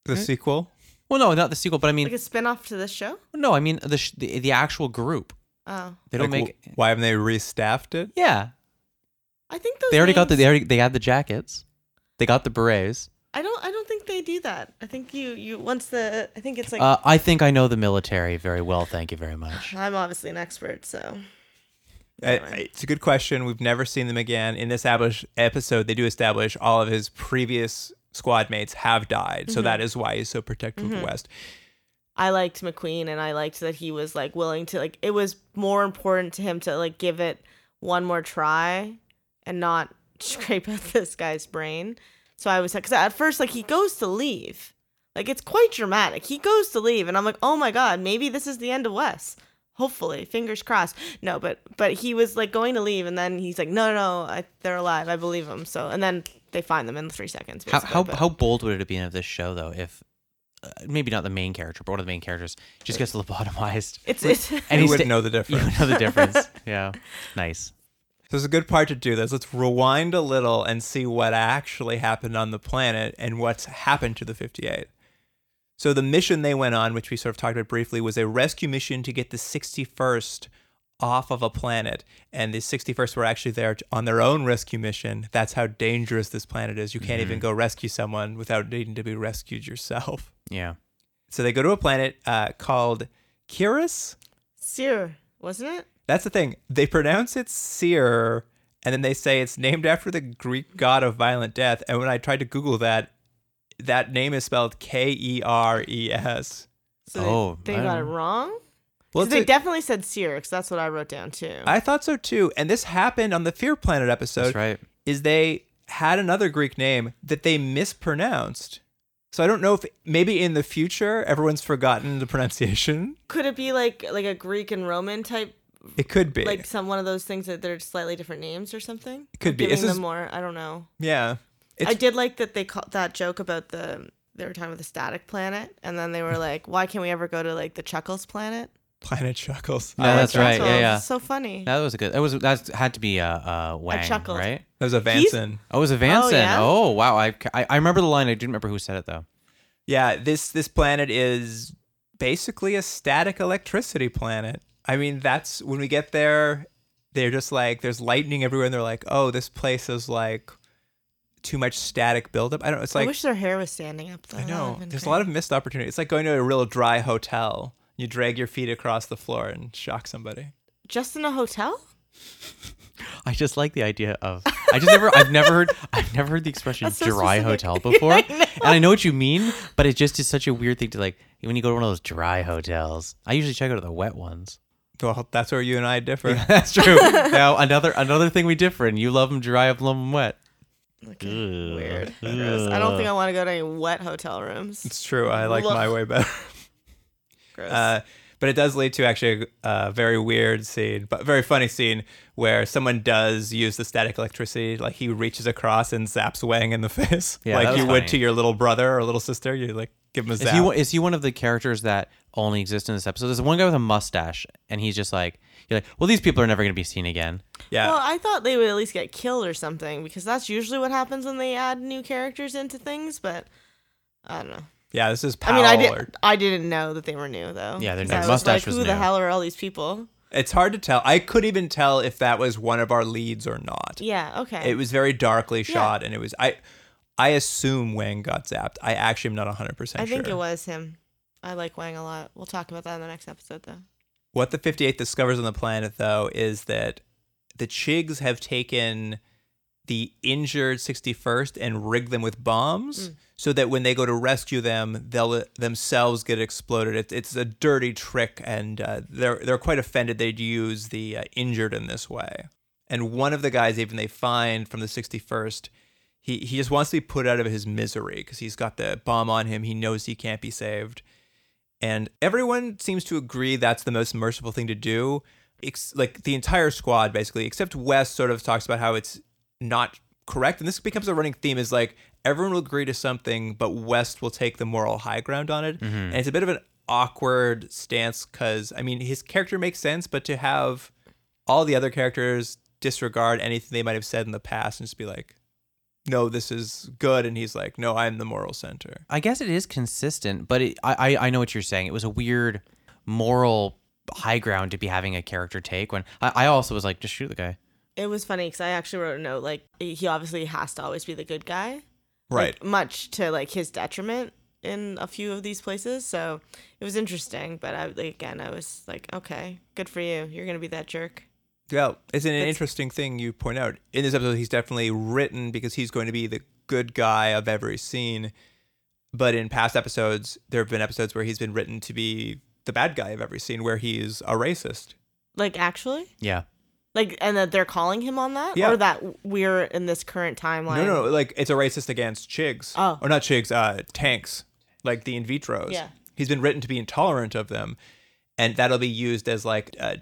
Speaker 1: The sequel.
Speaker 6: Well, no, not the sequel, but I mean,
Speaker 7: like a spin off to this show
Speaker 6: no, I mean the, sh- the the actual group.
Speaker 7: oh
Speaker 6: They don't
Speaker 1: Like,
Speaker 6: make.
Speaker 1: wh- Why haven't they restaffed it?
Speaker 6: yeah,
Speaker 7: I think those
Speaker 6: They already got the
Speaker 7: names-
Speaker 6: they already they had the jackets. They got the berets.
Speaker 7: I don't. I don't think they do that. I think you. You once the. I think it's like.
Speaker 6: Uh, I think I know the military very well. Thank you very much.
Speaker 7: I'm obviously an expert, so
Speaker 1: Uh, it's a good question. We've never seen them again. In this abish- episode, they do establish all of his previous squad mates have died. So that is why he's so protective of the West.
Speaker 7: I liked McQueen, and I liked that he was like willing to like. It was more important to him to like give it one more try and not scrape at this guy's brain. So I was because at first like he goes to leave, like it's quite dramatic. He goes to leave, and I'm like, oh my god, maybe this is the end of Wes. Hopefully, fingers crossed. No, but but he was like going to leave, and then he's like, no, no, no I, they're alive. I believe him. So and then they find them in three seconds.
Speaker 6: How
Speaker 7: basically,
Speaker 6: how,
Speaker 7: but-
Speaker 6: how bold would it have been of this show though if uh, maybe not the main character, but one of the main characters just gets lobotomized
Speaker 7: it's it's
Speaker 1: And he
Speaker 6: he
Speaker 1: wouldn't know the
Speaker 6: You
Speaker 1: difference.
Speaker 6: would know the difference. yeah, nice.
Speaker 1: So it's a good part to do this. Let's rewind a little and see what actually happened on the planet and what's happened to the 58. So the mission they went on, which we sort of talked about briefly, was a rescue mission to get the 61st off of a planet. And the 61st were actually there to- on their own rescue mission. That's how dangerous this planet is. You can't even go rescue someone without needing to be rescued yourself.
Speaker 6: Yeah.
Speaker 1: So they go to a planet uh, called Kiris.
Speaker 7: Seer, wasn't it?
Speaker 1: That's the thing. They pronounce it Seer, and then they say it's named after the Greek god of violent death. And when I tried to Google that, that name is spelled K E R E S.
Speaker 7: So they-
Speaker 6: Oh,
Speaker 7: they,
Speaker 6: I
Speaker 7: got it
Speaker 6: don't-
Speaker 7: wrong.
Speaker 1: Well,
Speaker 7: 'Cause they
Speaker 1: it's a-
Speaker 7: definitely said seer, 'cause that's what I wrote down too.
Speaker 1: I thought so too. And this happened on the Fear Planet episode.
Speaker 6: That's right.
Speaker 1: Is they had another Greek name that they mispronounced. So I don't know if maybe in the future everyone's forgotten the pronunciation.
Speaker 7: Could it be like like a Greek and Roman type,
Speaker 1: It could be.
Speaker 7: like some one of those things that they're slightly different names or something?
Speaker 1: It could be.
Speaker 7: Giving
Speaker 1: This is-
Speaker 7: them more. I don't know.
Speaker 1: yeah. It's
Speaker 7: I did like that they called that joke about the they were talking about the static planet, and then they were like, "Why can't we ever go to like the Chuckles planet?"
Speaker 1: Planet Chuckles.
Speaker 6: No,
Speaker 1: I like
Speaker 6: that's
Speaker 1: that.
Speaker 6: right.
Speaker 7: So
Speaker 6: Yeah, yeah.
Speaker 7: So funny.
Speaker 6: That was a good. That was that had to be a uh, uh, Wang,
Speaker 7: chuckled.
Speaker 6: right?
Speaker 1: That was a Vanson.
Speaker 6: Oh, it was a Vanson. Oh,
Speaker 7: yeah?
Speaker 6: wow. I, I I remember the line. I didn't remember who said it though.
Speaker 1: Yeah, this this planet is basically a static electricity planet. I mean, that's when we get there, they're just like there's lightning everywhere, and they're like, oh, this place is like too much static buildup. I don't. know. It's
Speaker 7: I
Speaker 1: like
Speaker 7: wish their hair was standing up. Though.
Speaker 1: I
Speaker 7: That
Speaker 1: know
Speaker 7: would've been
Speaker 1: there's a
Speaker 7: great.
Speaker 1: lot of missed opportunity. It's like going to a real dry hotel. You drag your feet across the floor and shock somebody.
Speaker 7: just in a hotel.
Speaker 6: I just like the idea of. I just never. I've never heard. I've never heard the expression
Speaker 7: That's so
Speaker 6: "dry
Speaker 7: specific.
Speaker 6: hotel"
Speaker 7: Yeah, I
Speaker 6: before,
Speaker 7: know.
Speaker 6: and I know what you mean, but it just is such a weird thing to like when you go to one of those dry hotels. I usually check out the wet ones.
Speaker 1: Well, that's where you and I differ.
Speaker 6: That's true. now another another thing we differ in. You love them dry, I love them wet.
Speaker 7: Okay. Weird. Gross. I don't think I want to go to any wet hotel rooms.
Speaker 1: It's true. I like my
Speaker 7: Look.
Speaker 1: way better.
Speaker 7: Gross.
Speaker 1: Uh, but it does lead to actually a, a very weird scene, but very funny scene where someone does use the static electricity. Like he reaches across and zaps Wang in the face,
Speaker 6: Yeah, that
Speaker 1: like
Speaker 6: was
Speaker 1: you would
Speaker 6: funny.
Speaker 1: to your little brother or little sister. You like give him a
Speaker 6: Is
Speaker 1: zap.
Speaker 6: he one- is he one of the characters that only exists in this episode? There's one guy with a mustache, and he's just like you're like, well, these people are never gonna be seen again.
Speaker 1: yeah.
Speaker 7: Well, I thought they would at least get killed or something because that's usually what happens when they add new characters into things. But I don't know.
Speaker 1: yeah, this is
Speaker 7: I
Speaker 1: Powell.
Speaker 7: mean, I
Speaker 1: or-
Speaker 7: did. I didn't know that they were new though.
Speaker 6: Yeah, they're
Speaker 7: 'Cause
Speaker 6: new.
Speaker 7: I was
Speaker 6: Mustache
Speaker 7: like,
Speaker 6: was
Speaker 7: Who
Speaker 6: new.
Speaker 7: the hell are all these people?
Speaker 1: it's hard to tell. I could even tell if that was one of our leads or not.
Speaker 7: Yeah. Okay.
Speaker 1: It was very darkly shot, and it was I. I assume Wang got zapped. I actually am not 100% sure.
Speaker 7: I think it was him. I like Wang a lot. We'll talk about that in the next episode though.
Speaker 1: What the 58th discovers on the planet, though, is that the Chigs have taken the injured 61st and rigged them with bombs so that when they go to rescue them, they'll themselves get exploded. It's, it's a dirty trick, and uh, they're, they're quite offended they'd use the uh, injured in this way. And one of the guys, even they find from the 61st, he, he just wants to be put out of his misery because he's got the bomb on him. He knows he can't be saved and everyone seems to agree that's the most merciful thing to do ex- like the entire squad basically except west sort of talks about how it's not correct and this becomes a running theme is like everyone will agree to something but west will take the moral high ground on it and it's a bit of an awkward stance because i mean his character makes sense but to have all the other characters disregard anything they might have said in the past and just be like no this is good and he's like no i'm the moral center
Speaker 6: I guess it is consistent, but it, I, I I know what you're saying. It was a weird moral high ground to be having a character take when I, I also was like, just shoot the guy.
Speaker 7: It was funny because I actually wrote a note like he obviously has to always be the good guy,
Speaker 1: Right.
Speaker 7: much to like his detriment in a few of these places. So it was interesting, but I like, again I was like, okay, good for you. You're gonna be that jerk.
Speaker 1: Yeah, it's an
Speaker 7: That's-
Speaker 1: interesting thing you point out. In this episode, he's definitely written because he's going to be the good guy of every scene. But in past episodes, there have been episodes where he's been written to be the bad guy of every scene, where he's a racist.
Speaker 7: Like actually,
Speaker 6: Yeah.
Speaker 7: like and that they're calling him on that,
Speaker 1: Yeah.
Speaker 7: or that we're in this current
Speaker 1: No,
Speaker 7: timeline.
Speaker 1: no, no, like it's a racist against Chigs.
Speaker 7: Oh.
Speaker 1: Or not Chigs, uh, tanks, like the in vitros.
Speaker 7: Yeah.
Speaker 1: He's been written to be intolerant of them, and that'll be used as like a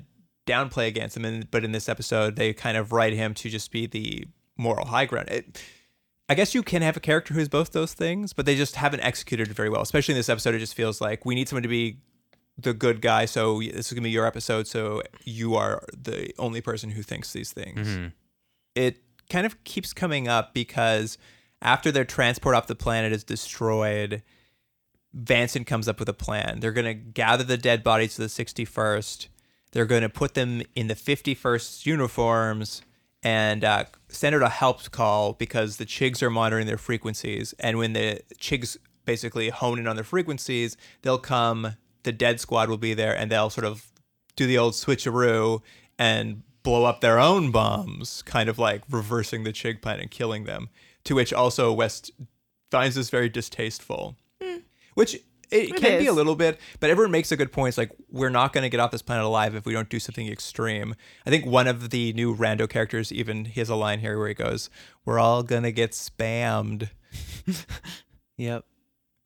Speaker 1: downplay against them. And, but in this episode, they kind of write him to just be the moral high ground. It, I guess you can have a character who is both those things, but they just haven't executed it very well. Especially in this episode, it just feels like we need someone to be the good guy. So this is gonna be your episode. So you are the only person who thinks these things it kind of keeps coming up because after their transport off the planet is destroyed, Vanson comes up with a plan. They're going to gather the dead bodies to the 61st. They're going to put them in the 51st uniforms and uh, send out a help call because the Chigs are monitoring their frequencies. And when the Chigs basically hone in on their frequencies, they'll come, the dead squad will be there, and they'll sort of do the old switcheroo and blow up their own bombs, kind of like reversing the Chig plan and killing them. To which also West finds this very distasteful which it, can be
Speaker 7: Hmm. is.
Speaker 1: a little bit but everyone makes a good point it's like we're not going to get off this planet alive if we don't do something extreme i think one of the new rando characters even he has a line here where he goes we're all going to get spammed
Speaker 6: Yep.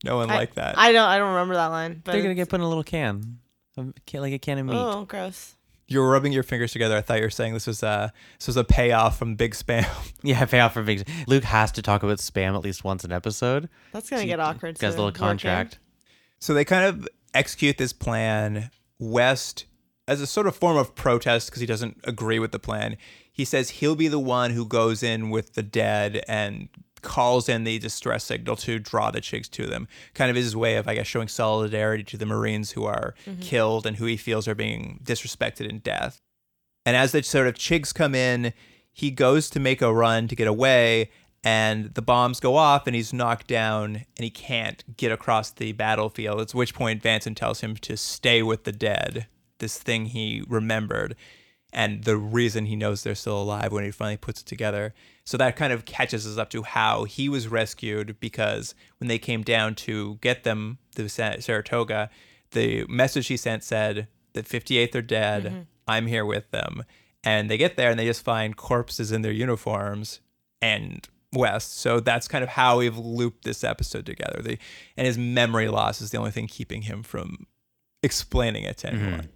Speaker 1: no one
Speaker 7: I,
Speaker 1: liked that
Speaker 7: I don't. I don't remember that line. But
Speaker 6: They're gonna
Speaker 7: it's-
Speaker 6: get put in a little can, Um, ca- like a can of meat.
Speaker 7: oh gross.
Speaker 1: you were rubbing your fingers together i thought you were saying this was a this was a payoff from big spam
Speaker 6: Yeah, pay off for big. Luke has to talk about spam at least once an episode.
Speaker 7: That's gonna get awkward.
Speaker 6: Got his
Speaker 7: soon.
Speaker 6: little
Speaker 7: Working.
Speaker 6: contract.
Speaker 1: So they kind of execute this plan. West, as a sort of form of protest, because he doesn't agree with the plan, he says he'll be the one who goes in with the dead and calls in the distress signal to draw the chicks to them. Kind of his way of, I guess, showing solidarity to the Marines who are killed and who he feels are being disrespected in death. And as the sort of chigs come in, he goes to make a run to get away, and the bombs go off, and he's knocked down, and he can't get across the battlefield. At which point, Vanson tells him to stay with the dead, this thing he remembered, and the reason he knows they're still alive when he finally puts it together. So that kind of catches us up to how he was rescued because when they came down to get them to Sa- Saratoga, the message he sent said the 58th are dead.
Speaker 7: Mm-hmm.
Speaker 1: I'm here with them. And they get there and they just find corpses in their uniforms and West. So that's kind of how we've looped this episode together. The, and his memory loss is the only thing keeping him from explaining it to anyone.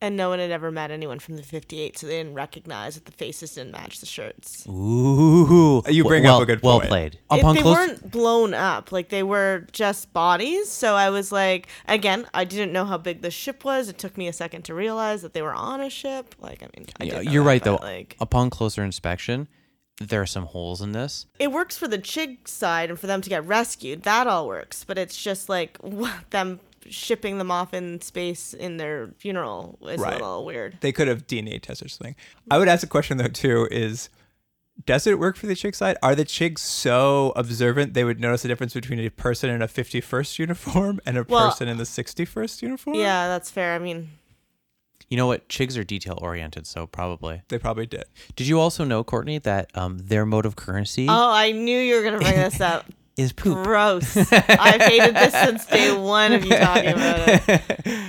Speaker 7: And no one had ever met anyone from the 58, so they didn't recognize that the faces didn't match the shirts.
Speaker 6: Ooh,
Speaker 1: You bring
Speaker 6: well,
Speaker 1: up a good
Speaker 6: Well
Speaker 1: point.
Speaker 6: played.
Speaker 7: If
Speaker 6: Upon
Speaker 7: they
Speaker 6: close,
Speaker 7: weren't blown up, like they were just bodies. So I was like, again, I didn't know how big the ship was. It took me a second to realize that they were on a ship. Like, I mean, I
Speaker 6: Yeah,
Speaker 7: did know
Speaker 6: you're
Speaker 7: that,
Speaker 6: right though.
Speaker 7: but, Like,
Speaker 6: Upon closer inspection, there are some holes in this.
Speaker 7: it works for the Chig side and for them to get rescued. That all works, but it's just like them shipping them off in space in their funeral is
Speaker 1: Right.
Speaker 7: a little weird.
Speaker 1: They could have DNA tested or something. I would ask a question though too is does it work for the chick side? Are the chicks so observant they would notice the difference between a person in a 51st uniform and a
Speaker 7: Well-
Speaker 1: person in the 61st uniform?
Speaker 7: Yeah, that's fair. I mean,
Speaker 6: You know what? Chigs are detail oriented, so probably.
Speaker 1: They probably did.
Speaker 6: Did you also know, Courtney, that um, their mode of currency
Speaker 7: oh, I knew you were gonna bring this up.
Speaker 6: is poop?
Speaker 7: Gross. I've hated this since day one of you talking about it.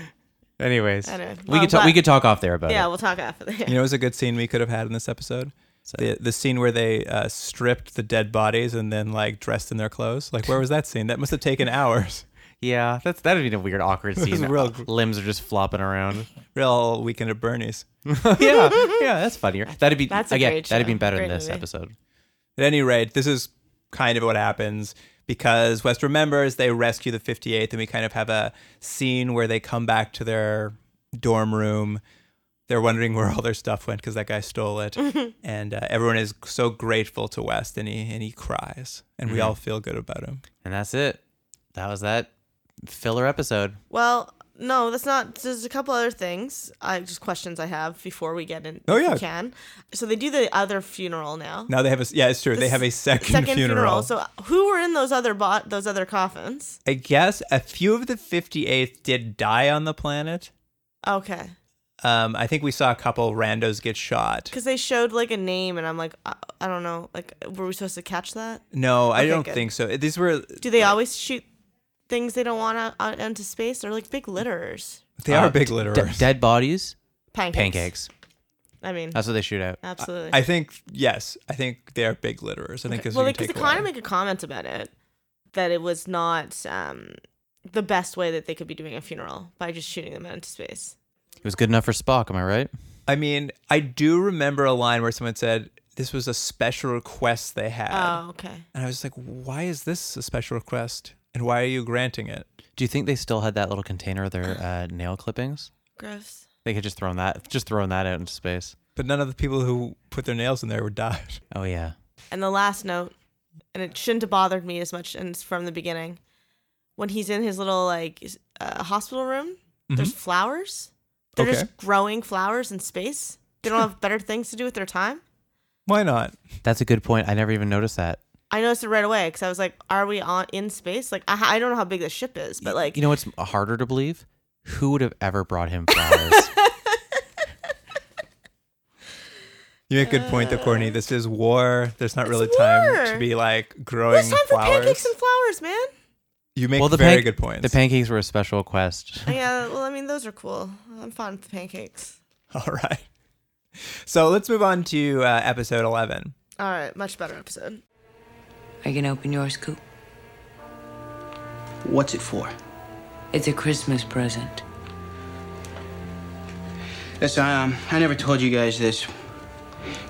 Speaker 6: Anyways,
Speaker 7: I know.
Speaker 6: we
Speaker 7: Well,
Speaker 6: could talk. We
Speaker 7: but-
Speaker 6: could talk off there about
Speaker 7: Yeah,
Speaker 6: it.
Speaker 7: we'll talk after that.
Speaker 1: You know, it was a good scene we could have had in this episode. The, the scene where they uh, stripped the dead bodies and then like dressed in their clothes. Like, where was that scene? That must have taken hours.
Speaker 6: Yeah, that's that'd be a weird, awkward
Speaker 1: was
Speaker 6: scene.
Speaker 1: real-
Speaker 6: Limbs are just flopping around.
Speaker 1: Real weekend at Bernie's.
Speaker 6: yeah, yeah, that's funnier. That'd be
Speaker 7: That's a
Speaker 6: again.
Speaker 7: great
Speaker 6: that'd
Speaker 7: show.
Speaker 6: be better
Speaker 7: Great
Speaker 6: than this
Speaker 7: movie.
Speaker 6: episode.
Speaker 1: At any rate, this is kind of what happens because West remembers they rescue the 58th, and we kind of have a scene where they come back to their dorm room. They're wondering where all their stuff went because that guy stole it, and uh, everyone is so grateful to West, and he and he cries, and we all feel good about him.
Speaker 6: And that's it. That was that filler episode.
Speaker 7: Well, no, that's not. There's a couple other things. I just questions I have before we get in.
Speaker 1: Oh,
Speaker 7: if we
Speaker 1: yeah.
Speaker 7: can. So they do the other funeral now.
Speaker 1: Now they have a yeah, it's true. They
Speaker 7: This
Speaker 1: have a second,
Speaker 7: So who were in those other bot those other coffins?
Speaker 1: I guess a few of the 58th did die on the planet.
Speaker 7: Okay,
Speaker 1: Um, I think we saw a couple randos get shot.
Speaker 7: because they showed like a name, and I'm like, I, I don't know. Like, were we supposed to catch that?
Speaker 1: No, I
Speaker 7: Okay,
Speaker 1: don't
Speaker 7: good.
Speaker 1: think so. These were
Speaker 7: Do they always shoot things they don't want out, out into space? They're like big litterers.
Speaker 1: they are
Speaker 6: Uh,
Speaker 1: big
Speaker 6: d-
Speaker 1: litterers.
Speaker 6: dead bodies,
Speaker 7: Pancakes.
Speaker 6: pancakes.
Speaker 7: I mean,
Speaker 6: That's what they shoot at.
Speaker 7: absolutely.
Speaker 1: I think yes, I think they are big litterers. I think is
Speaker 7: well,
Speaker 1: what
Speaker 7: because
Speaker 1: you
Speaker 7: they
Speaker 1: take
Speaker 7: kind of
Speaker 1: away.
Speaker 7: make a comment about it that it was not um, the best way that they could be doing a funeral by just shooting them out into space.
Speaker 6: It was good enough for Spock. Am I right?
Speaker 1: I mean, I do remember a line where someone said this was a special request they had,
Speaker 7: Oh, okay.
Speaker 1: and I was like, why is this a special request, and why are you granting it?
Speaker 6: Do you think they still had that little container of their uh, nail clippings?
Speaker 7: Gross.
Speaker 6: They could just thrown that, just thrown that out into space.
Speaker 1: But none of the people who put their nails in there were died.
Speaker 6: Oh yeah.
Speaker 7: And the last note, and it shouldn't have bothered me as much, and it's from the beginning. When he's in his little like s- uh, hospital room, there's flowers. They're
Speaker 1: Mm-hmm. Okay.
Speaker 7: just growing flowers in space. They don't have better things to do with their time.
Speaker 1: Why not?
Speaker 6: That's a good point. I never even noticed that.
Speaker 7: I noticed it right away because I was like, "Are we on in space? Like, I, I don't know how big the ship is, but like,
Speaker 6: You know what's harder to believe? Who would have ever brought him flowers?
Speaker 1: You make a good point, though, Courtney. This is war. There's not really time to
Speaker 7: war.
Speaker 1: be like growing
Speaker 7: there's time for
Speaker 1: flowers.
Speaker 7: pancakes and flowers, man.
Speaker 1: you make
Speaker 6: well, the
Speaker 1: very
Speaker 6: pan-
Speaker 1: good points.
Speaker 6: The pancakes were a special quest.
Speaker 7: yeah, well, I mean, those are cool. I'm fond of pancakes.
Speaker 1: All right. So let's move on to uh, episode 11.
Speaker 7: All right, much better episode.
Speaker 8: Are you gonna open yours, Coop?
Speaker 9: What's it for?
Speaker 8: It's a Christmas present.
Speaker 9: Listen, I, um, I never told you guys this,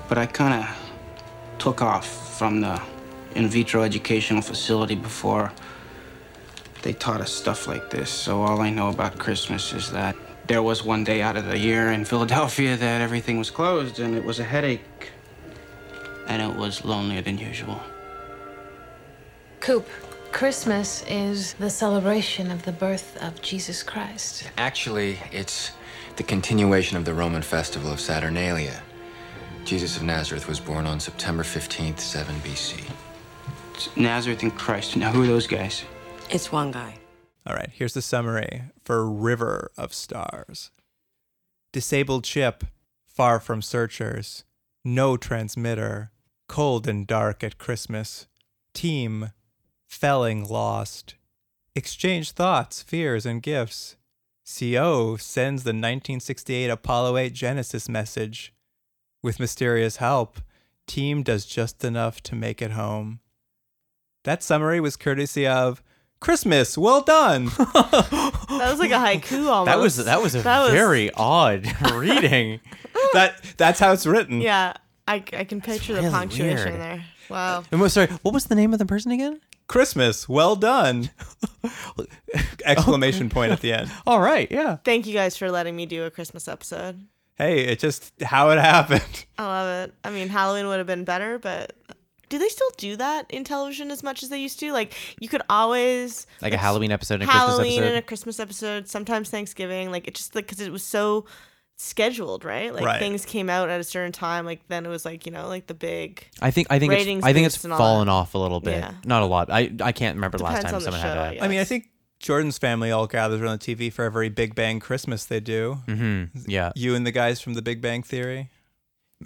Speaker 9: but I kind of took off from the in vitro educational facility before they taught us stuff like this. So all I know about Christmas is that there was one day out of the year in Philadelphia that everything was closed and it was a headache. And it was lonelier than usual.
Speaker 10: Coop, Christmas is the celebration of the birth of Jesus Christ.
Speaker 11: Actually, it's the continuation of the Roman festival of Saturnalia. Jesus of Nazareth was born on September 15th, 7 BC.
Speaker 9: It's Nazareth and Christ. Now, who are those guys?
Speaker 8: It's one guy.
Speaker 1: All right, here's the summary for River of Stars Disabled ship, far from searchers, no transmitter, cold and dark at Christmas, team, felling lost. Exchange thoughts, fears, and gifts. CO sends the 1968 Apollo 8 Genesis message. With mysterious help, team does just enough to make it home. That summary was courtesy of Christmas. Well done.
Speaker 7: That was like a haiku almost.
Speaker 6: That was that was a very odd reading.
Speaker 1: that that's how it's written.
Speaker 7: yeah. I, I can picture
Speaker 6: really
Speaker 7: the punctuation
Speaker 6: weird.
Speaker 7: there. Wow.
Speaker 6: I'm sorry. What was the name of the person again?
Speaker 1: Christmas. Well done. Exclamation point at the end.
Speaker 6: All right. Yeah.
Speaker 7: Thank you guys for letting me do a Christmas episode.
Speaker 1: Hey, it's just how it happened.
Speaker 7: I love it. I mean, Halloween would have been better, but do they still do that in television as much as they used to? Like, you could always
Speaker 6: Like a Halloween episode and a Christmas
Speaker 7: Halloween
Speaker 6: episode.
Speaker 7: and a Christmas episode, sometimes Thanksgiving. Like, it just like because it was so scheduled, right? Like
Speaker 1: Right.
Speaker 7: things came out at a certain time. Like then it was like you know like the big
Speaker 6: I think I think
Speaker 7: Ratings
Speaker 6: it's, I think it's
Speaker 7: boost and all
Speaker 6: fallen
Speaker 7: that.
Speaker 6: off a little bit.
Speaker 7: Yeah.
Speaker 6: Not a lot. I I can't remember the last
Speaker 7: Depends
Speaker 6: time
Speaker 7: on the
Speaker 6: someone
Speaker 7: show,
Speaker 6: had
Speaker 7: I
Speaker 6: that.
Speaker 1: I mean, I
Speaker 7: Yes.
Speaker 1: think Jordan's family all gathers around the TV for every Big Bang Christmas they do.
Speaker 6: Mhm, Yeah.
Speaker 1: You and the guys from the Big Bang Theory.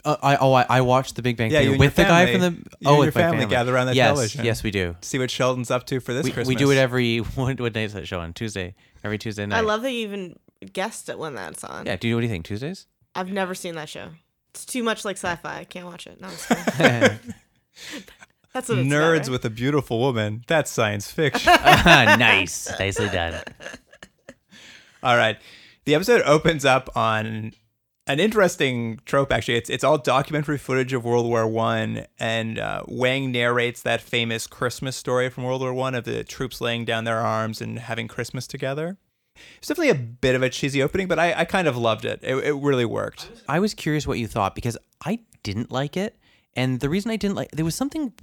Speaker 6: Uh, I oh I, I watched The Big Bang
Speaker 1: Yeah, you
Speaker 6: Theory
Speaker 1: and
Speaker 6: with
Speaker 1: your
Speaker 6: the guy from
Speaker 1: family-
Speaker 6: the
Speaker 1: you
Speaker 6: oh
Speaker 1: and
Speaker 6: with
Speaker 1: your
Speaker 6: my
Speaker 1: family gather around the
Speaker 6: yes,
Speaker 1: television.
Speaker 6: Yes, we do.
Speaker 1: See what Sheldon's up to for this
Speaker 6: We,
Speaker 1: Christmas.
Speaker 6: we do it every what, what day is that show on Tuesday? Every Tuesday night.
Speaker 7: I love that you even guessed at when that's on.
Speaker 6: Yeah. Do you what do you think Tuesdays?
Speaker 7: I've never seen that show. It's too much like sci-fi. I can't watch it. No, I'm just kidding. that's what it's about,
Speaker 1: Nerds
Speaker 7: right?
Speaker 1: with a beautiful woman. That's science fiction.
Speaker 6: nice. Nicely done.
Speaker 1: All right. The episode opens up on an interesting trope. Actually, it's it's all documentary footage of World War One, and uh, Wang narrates that famous Christmas story from World War One of the troops laying down their arms and having Christmas together. It's definitely a bit of a cheesy opening, but I, I kind of loved it. It, it really worked.
Speaker 6: I was curious what you thought because I didn't like it. And the reason I didn't like there was something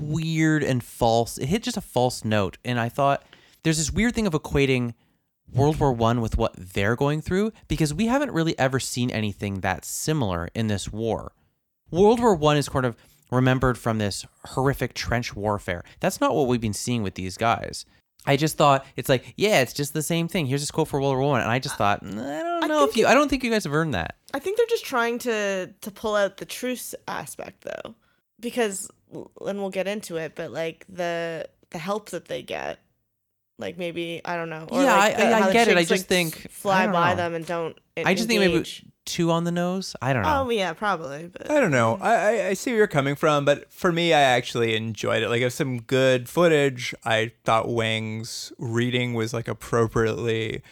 Speaker 6: weird and false. It hit just a false note. And I thought there's this weird thing of equating World War One with what they're going through because we haven't really ever seen anything that similar in this war. World War One is kind of remembered from this horrific trench warfare. That's not what we've been seeing with these guys. I just thought it's like, yeah, it's just the same thing. Here's this quote for World War One, and I just thought, "Mm, I don't know if you, I don't think you guys have earned that.
Speaker 7: I think they're just trying to to pull out the truce aspect though, because and we'll get into it, but like the the help that they get, like maybe I don't know.
Speaker 6: Yeah,
Speaker 7: like,
Speaker 6: I- I- I
Speaker 7: how the
Speaker 6: get it. I
Speaker 7: chicks,
Speaker 6: just
Speaker 7: like,
Speaker 6: think-
Speaker 7: f- fly
Speaker 6: I don't
Speaker 7: by
Speaker 6: know.
Speaker 7: them and don't.
Speaker 6: I just think maybe two on the nose. I don't know.
Speaker 7: e-, Oh yeah, probably. But
Speaker 1: I don't know. I, I, I see where you're coming from, but for me, I actually enjoyed it. Like, it was some good footage. I thought Wang's reading was like appropriately.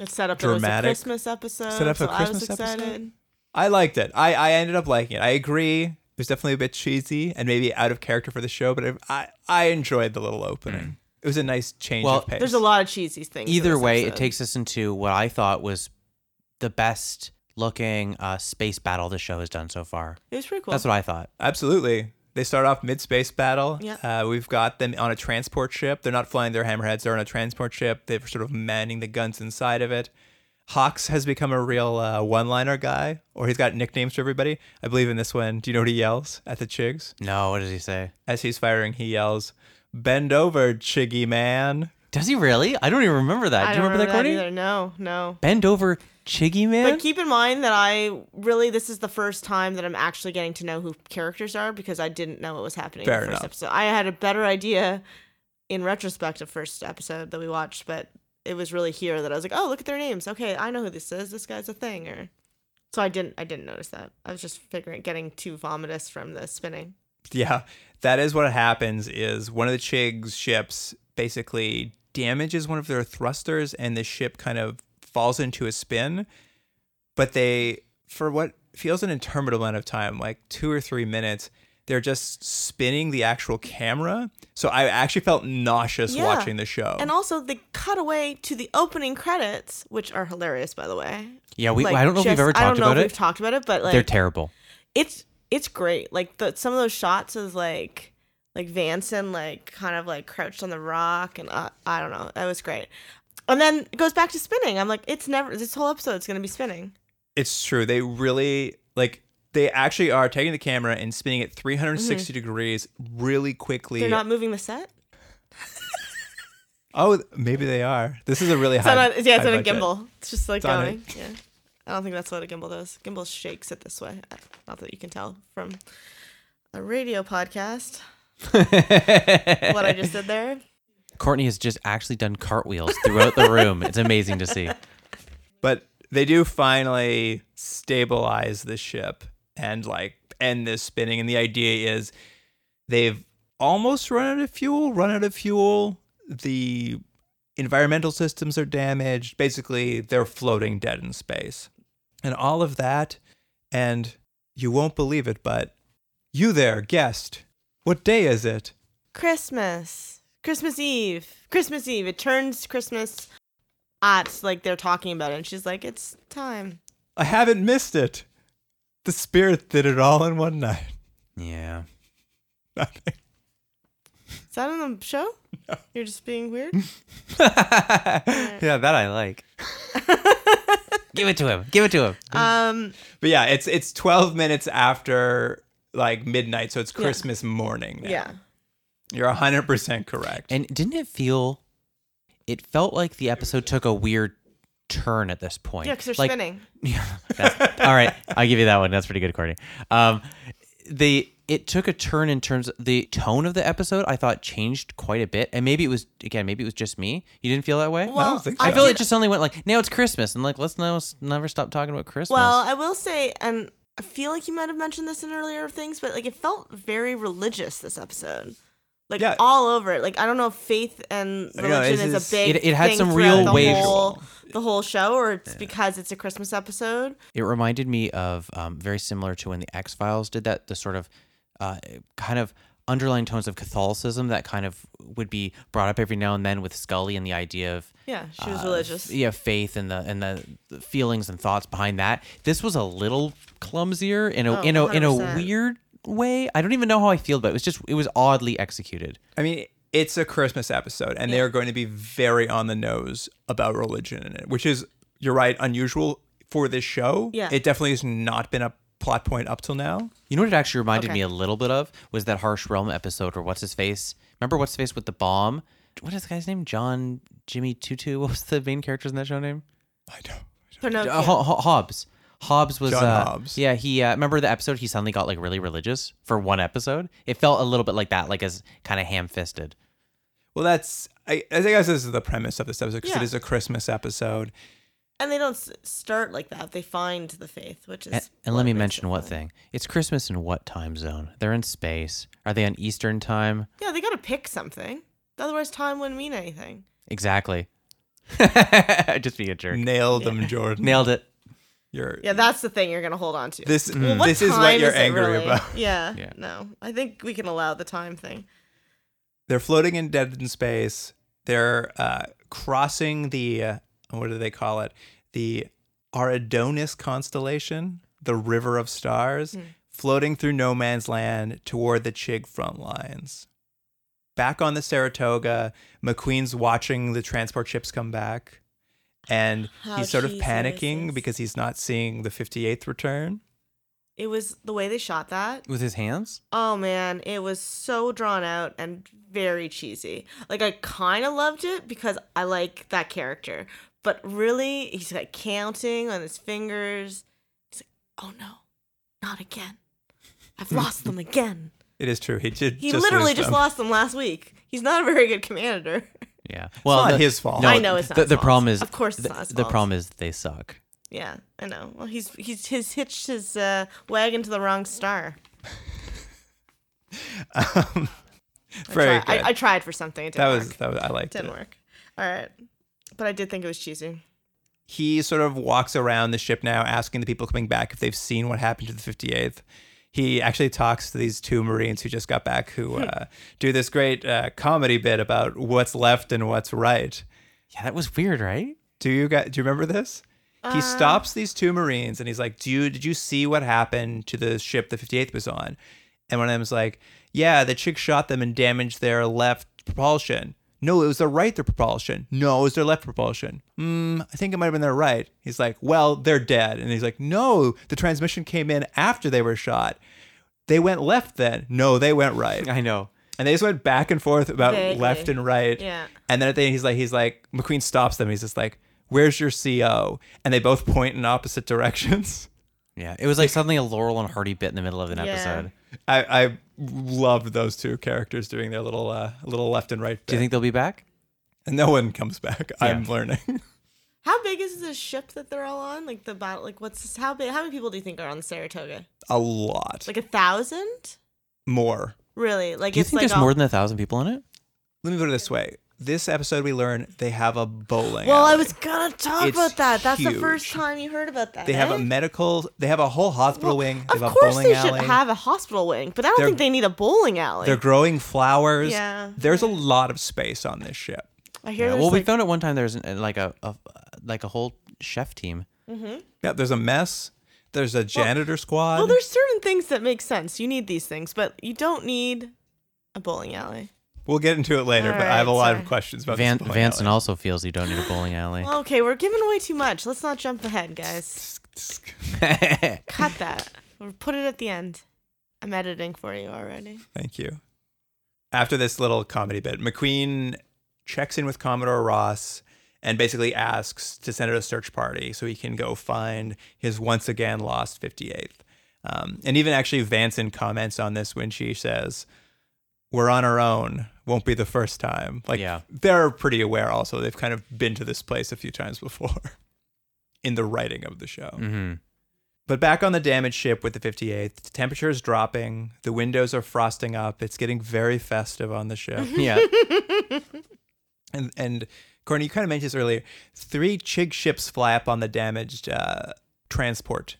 Speaker 7: It set up
Speaker 1: Dramatic.
Speaker 7: It was a Christmas episode.
Speaker 1: Set up a
Speaker 7: so
Speaker 1: Christmas
Speaker 7: I was
Speaker 1: episode?
Speaker 7: excited.
Speaker 1: I liked it. I, I ended up liking it. I agree. It was definitely a bit cheesy and maybe out of character for the show, but I I, I enjoyed the little opening. It was a nice change
Speaker 6: Well,
Speaker 1: of pace.
Speaker 7: Mm. There's a lot of cheesy things. in
Speaker 6: Either
Speaker 7: this
Speaker 6: way, it
Speaker 7: episode.
Speaker 6: takes us into what I thought was the best looking uh, space battle the show has done so far.
Speaker 7: It was pretty cool.
Speaker 6: That's what I thought.
Speaker 1: Absolutely. They start off mid space battle.
Speaker 7: Yeah.
Speaker 1: Uh, we've got them on a transport ship. They're not flying their hammerheads, they're on a transport ship. They're sort of manning the guns inside of it. Hawks has become a real uh, one liner guy, or he's got nicknames for everybody. I believe in this one, do you know what he yells at the chigs?
Speaker 6: No, what does he say?
Speaker 1: As he's firing, he yells, Bend over, chiggy man.
Speaker 6: Does he really? I don't even remember that.
Speaker 7: I
Speaker 6: Do you
Speaker 7: don't
Speaker 6: remember, that, Courtney?
Speaker 7: either. No, no.
Speaker 6: Bend over, Chiggy man.
Speaker 7: But keep in mind that I really this is the first time that I'm actually getting to know who characters are because I didn't know what was happening
Speaker 1: Fair
Speaker 7: in the first
Speaker 1: enough.
Speaker 7: episode. I had a better idea in retrospect of first episode that we watched, but it was really here that I was like, Oh, look at their names. Okay, I know who this is. This guy's a thing or so I didn't I didn't notice that. I was just figuring getting too vomitous from the spinning.
Speaker 1: Yeah, that is what happens. Is one of the Chig's ships basically damages one of their thrusters, and the ship kind of falls into a spin. But they, for what feels an interminable amount of time, like two or three minutes, they're just spinning the actual camera. So I actually felt nauseous
Speaker 7: Yeah.
Speaker 1: watching the show.
Speaker 7: And also they cut away to the opening credits, which are hilarious by the way.
Speaker 6: Yeah, we-
Speaker 7: Like,
Speaker 6: I don't know if we've ever
Speaker 7: I
Speaker 6: talked
Speaker 7: don't know
Speaker 6: about
Speaker 7: if
Speaker 6: it.
Speaker 7: We've talked about it, but like
Speaker 6: They're terrible.
Speaker 7: it's it's great. Like the some of those shots is like like Vanson like kind of like crouched on the rock and uh, I don't know. That was great. And then it goes back to spinning. I'm like, it's never this whole episode's gonna be spinning.
Speaker 1: It's true. They really like. They actually are taking the camera and spinning it 360 degrees really quickly.
Speaker 7: Mm-hmm. They're not moving the set.
Speaker 1: oh, maybe they are. This is a really
Speaker 7: It's
Speaker 1: high.
Speaker 7: on a, yeah, it's
Speaker 1: high
Speaker 7: on a
Speaker 1: budget.
Speaker 7: gimbal. It's just like
Speaker 1: It's on a-
Speaker 7: going. Yeah. I don't think that's what a gimbal does. Gimbal shakes it this way. Uh, Not that you can tell from a radio podcast. what I just did there.
Speaker 6: Courtney has just actually done cartwheels throughout the room. It's amazing to see.
Speaker 1: But they do finally stabilize the ship and like end this spinning. And the idea is they've almost run out of fuel, run out of fuel. The environmental systems are damaged. Basically, they're floating dead in space. And all of that. And you won't believe it, but you there, guest, what day is it?
Speaker 7: Christmas. Christmas Eve. Christmas Eve. It turns Christmas at like they're talking about it and she's like, It's time.
Speaker 1: I haven't missed it. The spirit did it all in one night.
Speaker 6: Yeah.
Speaker 7: Is that on the show? You're just being weird?
Speaker 6: Yeah, that I like. Give it to him. Give it to him.
Speaker 7: Um
Speaker 1: But yeah, it's it's 12 minutes after like midnight, so it's
Speaker 7: Yeah.
Speaker 1: Christmas morning. Now.
Speaker 7: yeah.
Speaker 1: You're 100% correct.
Speaker 6: And didn't it feel? It felt like the episode took a weird turn at this point.
Speaker 7: Yeah, because they're
Speaker 6: Like,
Speaker 7: spinning.
Speaker 6: that's- all right, I'll give you that one. That's pretty good, Courtney. Um, the it took a turn in terms the tone of the episode. I thought changed quite a bit, and maybe it was again, maybe it was just me. You didn't feel that way.
Speaker 7: Well, I don't think
Speaker 6: I
Speaker 7: so.
Speaker 6: feel it just suddenly went like now it's Christmas, and like let's now s- never stop talking about Christmas.
Speaker 7: Well, I will say, and I feel like you might have mentioned this in earlier things, but like it felt very religious this episode. Like
Speaker 1: Yeah.
Speaker 7: all over it. Like I don't know if faith and
Speaker 6: I
Speaker 7: religion
Speaker 6: know,
Speaker 7: is
Speaker 6: it's-
Speaker 7: a big
Speaker 6: It- it had
Speaker 7: thing
Speaker 6: some
Speaker 7: throughout
Speaker 6: real
Speaker 7: the
Speaker 6: waves.
Speaker 7: whole, the whole show, or it's because it's a Christmas episode.
Speaker 6: It reminded me of um, very similar to when the X Files did that, the sort of uh, kind of underlying tones of Catholicism that kind of would be brought up every now and then with Scully and the idea of
Speaker 7: Yeah, she was
Speaker 6: uh,
Speaker 7: religious.
Speaker 6: yeah, faith and the and the, the feelings and thoughts behind that. This was a little clumsier in a
Speaker 1: Oh,
Speaker 6: in a in a
Speaker 1: 100%.
Speaker 6: weird way. I don't even know how I feel, but it was just it was oddly executed.
Speaker 1: I mean, It's a Christmas episode, and they're going to be very on the nose about religion in it, which is, you're right, unusual for this show.
Speaker 6: Yeah.
Speaker 1: It definitely has not been a plot point up till now.
Speaker 6: You know what it actually reminded
Speaker 1: Okay.
Speaker 6: me a little bit of was that Harsh Realm episode where what's his face? Remember what's his face with the bomb? What is the guy's name? John Jimmy Tutu. What was the main character's in that show name?
Speaker 7: Pinocchio.
Speaker 6: Uh, Ho- Ho- Hobbs. Hobbs was
Speaker 1: John
Speaker 6: uh,
Speaker 1: Hobbs.
Speaker 6: Yeah, he uh, remember the episode he suddenly got like really religious for one episode. It felt a little bit like that, like as kind of ham-fisted.
Speaker 1: Well, that's, I, I think this is the premise of this episode because
Speaker 7: Yeah.
Speaker 1: it is a Christmas episode.
Speaker 7: And they don't s- start like that. They find the faith, which is
Speaker 6: And, and let me mention what thing. It's Christmas in what time zone? They're in space. Are they on Eastern time?
Speaker 7: yeah. They gotta pick something. Otherwise, time wouldn't mean anything.
Speaker 6: Exactly. Just being a jerk.
Speaker 1: Nailed them, Jordan.
Speaker 6: Nailed it.
Speaker 1: You're
Speaker 7: Yeah, that's the thing you're gonna hold on to.
Speaker 1: This-
Speaker 7: Mm.
Speaker 1: mm,
Speaker 7: well, what
Speaker 1: this is what
Speaker 7: time
Speaker 1: you're
Speaker 7: it
Speaker 1: angry
Speaker 7: really?
Speaker 1: about.
Speaker 7: Yeah,
Speaker 1: Yeah.
Speaker 7: No, I think we can allow the time thing.
Speaker 1: They're floating in dead in space. They're uh, crossing the uh, what do they call it? The Eridonis constellation, the River of Stars,
Speaker 7: Mm.
Speaker 12: Hmm.
Speaker 1: floating through no man's land toward the Chig front lines. Back on the Saratoga, McQueen's watching the transport ships come back, and
Speaker 7: How
Speaker 1: he's sort of
Speaker 7: cheesy this
Speaker 1: panicking because he's not seeing the 58th return
Speaker 7: It was the way they shot that.
Speaker 6: With his hands?
Speaker 7: Oh man, it was so drawn out and very cheesy. Like I kind of loved it because I like that character, but really he's like counting on his fingers. It's like, oh no, not again! I've lost them again.
Speaker 1: It is true. He did.
Speaker 7: He
Speaker 1: just
Speaker 7: literally
Speaker 1: lose
Speaker 7: just
Speaker 1: them.
Speaker 7: lost them last week. He's not a very good commander.
Speaker 6: Yeah.
Speaker 1: It's not his fault.
Speaker 7: I know it's not
Speaker 6: The,
Speaker 7: his
Speaker 6: the
Speaker 7: fault.
Speaker 6: problem is,
Speaker 7: Of course it's
Speaker 6: the,
Speaker 7: not his
Speaker 6: the
Speaker 7: fault.
Speaker 6: problem is they suck.
Speaker 7: Yeah, I know. Well, he's he's he's hitched his uh, wagon to the wrong star.
Speaker 1: Very
Speaker 7: I, tried-
Speaker 1: Um, good.
Speaker 7: I, I tried for something. It didn't
Speaker 1: That was-
Speaker 7: work.
Speaker 1: that was- I liked
Speaker 7: didn't
Speaker 1: it.
Speaker 7: work. All right, but I did think it was cheesy.
Speaker 1: he sort of walks around the ship now asking the people coming back if they've seen what happened to the 58th he actually talks to these two marines who just got back who
Speaker 7: Hmm.
Speaker 1: uh, do this great uh, comedy bit about what's left and what's right
Speaker 6: yeah that was weird right
Speaker 1: do you guys do you remember this
Speaker 7: Uh.
Speaker 1: he stops these two marines and he's like do you did you see what happened to the ship the 58th was on and one of them's like yeah the chick shot them and damaged their left propulsion no, it was their right their propulsion. No, it was their left propulsion. Mm, I think it might have been their right. He's like, well, they're dead. And he's like, no, the transmission came in after they were shot. They went left then. No, they went right.
Speaker 6: I know.
Speaker 1: And they just went back and forth about
Speaker 7: Vaguely.
Speaker 1: left and right.
Speaker 7: Yeah.
Speaker 1: And then at the end, he's like, he's like, McQueen stops them. He's just like, where's your CO? And they both point in opposite directions.
Speaker 6: Yeah, it was like suddenly a Laurel and Hardy bit in the middle of an
Speaker 1: Yeah.
Speaker 6: episode.
Speaker 1: I, I loved those two characters doing their little uh, little left and right.
Speaker 6: Do you think they'll be back?
Speaker 1: And no one comes back. I'm
Speaker 6: Yeah.
Speaker 1: learning.
Speaker 7: How big is the ship that they're all on? Like the battle? Like what's this, how big? How many people do you think are on the Saratoga?
Speaker 1: A lot
Speaker 7: Like a thousand?
Speaker 1: more.
Speaker 7: Really? Like
Speaker 6: Do you
Speaker 7: it's
Speaker 6: think
Speaker 7: like
Speaker 6: there's more than a thousand people in it?
Speaker 1: Let me put it this way. This episode, we learn they have a bowling.
Speaker 7: Well, I
Speaker 1: alley.
Speaker 7: was gonna talk
Speaker 1: It's
Speaker 7: about that. That's the
Speaker 1: huge.
Speaker 7: first time you heard about that.
Speaker 1: They have
Speaker 7: eh?
Speaker 1: a medical. They have a whole hospital wing. They have
Speaker 7: Of
Speaker 1: a
Speaker 7: course,
Speaker 1: bowling
Speaker 7: they
Speaker 1: alley.
Speaker 7: should have a hospital wing, but I don't
Speaker 1: They're-
Speaker 7: think they need a bowling alley.
Speaker 1: They're growing flowers.
Speaker 7: Yeah.
Speaker 1: There's a lot of space on this ship.
Speaker 7: I hear
Speaker 6: Yeah,
Speaker 7: there's
Speaker 6: Well, we
Speaker 7: like-
Speaker 6: found at one time there's an, like a, a like a whole chef team.
Speaker 7: Mhm.
Speaker 1: Yeah. There's a mess. There's a janitor squad.
Speaker 7: Well, there's certain things that make sense. You need these things, but you don't need a bowling alley.
Speaker 1: We'll get into it later,
Speaker 7: All
Speaker 1: but I have a
Speaker 7: right,
Speaker 1: lot
Speaker 7: sorry.
Speaker 1: of questions about
Speaker 6: Van,
Speaker 1: this bowling
Speaker 6: Vanson
Speaker 1: alley.
Speaker 6: also feels you don't need a bowling alley.
Speaker 7: Okay, we're giving away too much. Let's not jump ahead, guys. Cut that. Or put it at the end. I'm editing for you already.
Speaker 1: Thank you. After this little comedy bit, McQueen checks in with Commodore Ross and basically asks to send out a search party so he can go find his once again lost 58th. Um, and even actually, Vanson comments on this when she says, We're on our own. Won't be the first time. Like,
Speaker 6: Yeah.
Speaker 1: they're pretty aware also. They've kind of been to this place a few times before in the writing of the show.
Speaker 6: Mhm.
Speaker 1: But back on the damaged ship with the 58th, the temperature is dropping, the windows are frosting up, it's getting very festive on the ship.
Speaker 6: Yeah.
Speaker 1: and and Courtney, you kind of mentioned this earlier. Three Chig ships fly up on the damaged uh, transport,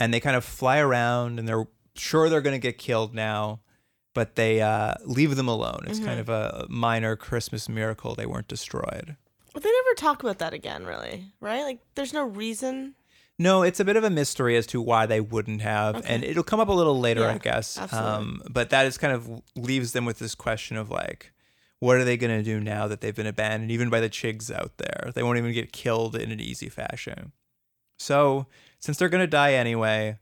Speaker 1: and they kind of fly around, and they're sure they're going to get killed now, but they uh, leave them alone. It's kind
Speaker 7: Mhm.
Speaker 1: of a minor Christmas miracle they weren't destroyed.
Speaker 7: But they never talk about that again, really, right? Like, there's no reason.
Speaker 1: No, it's a bit of a mystery as to why they wouldn't have, and it'll come up a little later,
Speaker 7: Yeah,
Speaker 1: I guess. Um,
Speaker 7: absolutely.
Speaker 1: but that is kind of leaves them with this question of like, What are they going to do now that they've been abandoned, even by the Chigs out there? They won't even get killed in an easy fashion. So, since they're going to die anyway,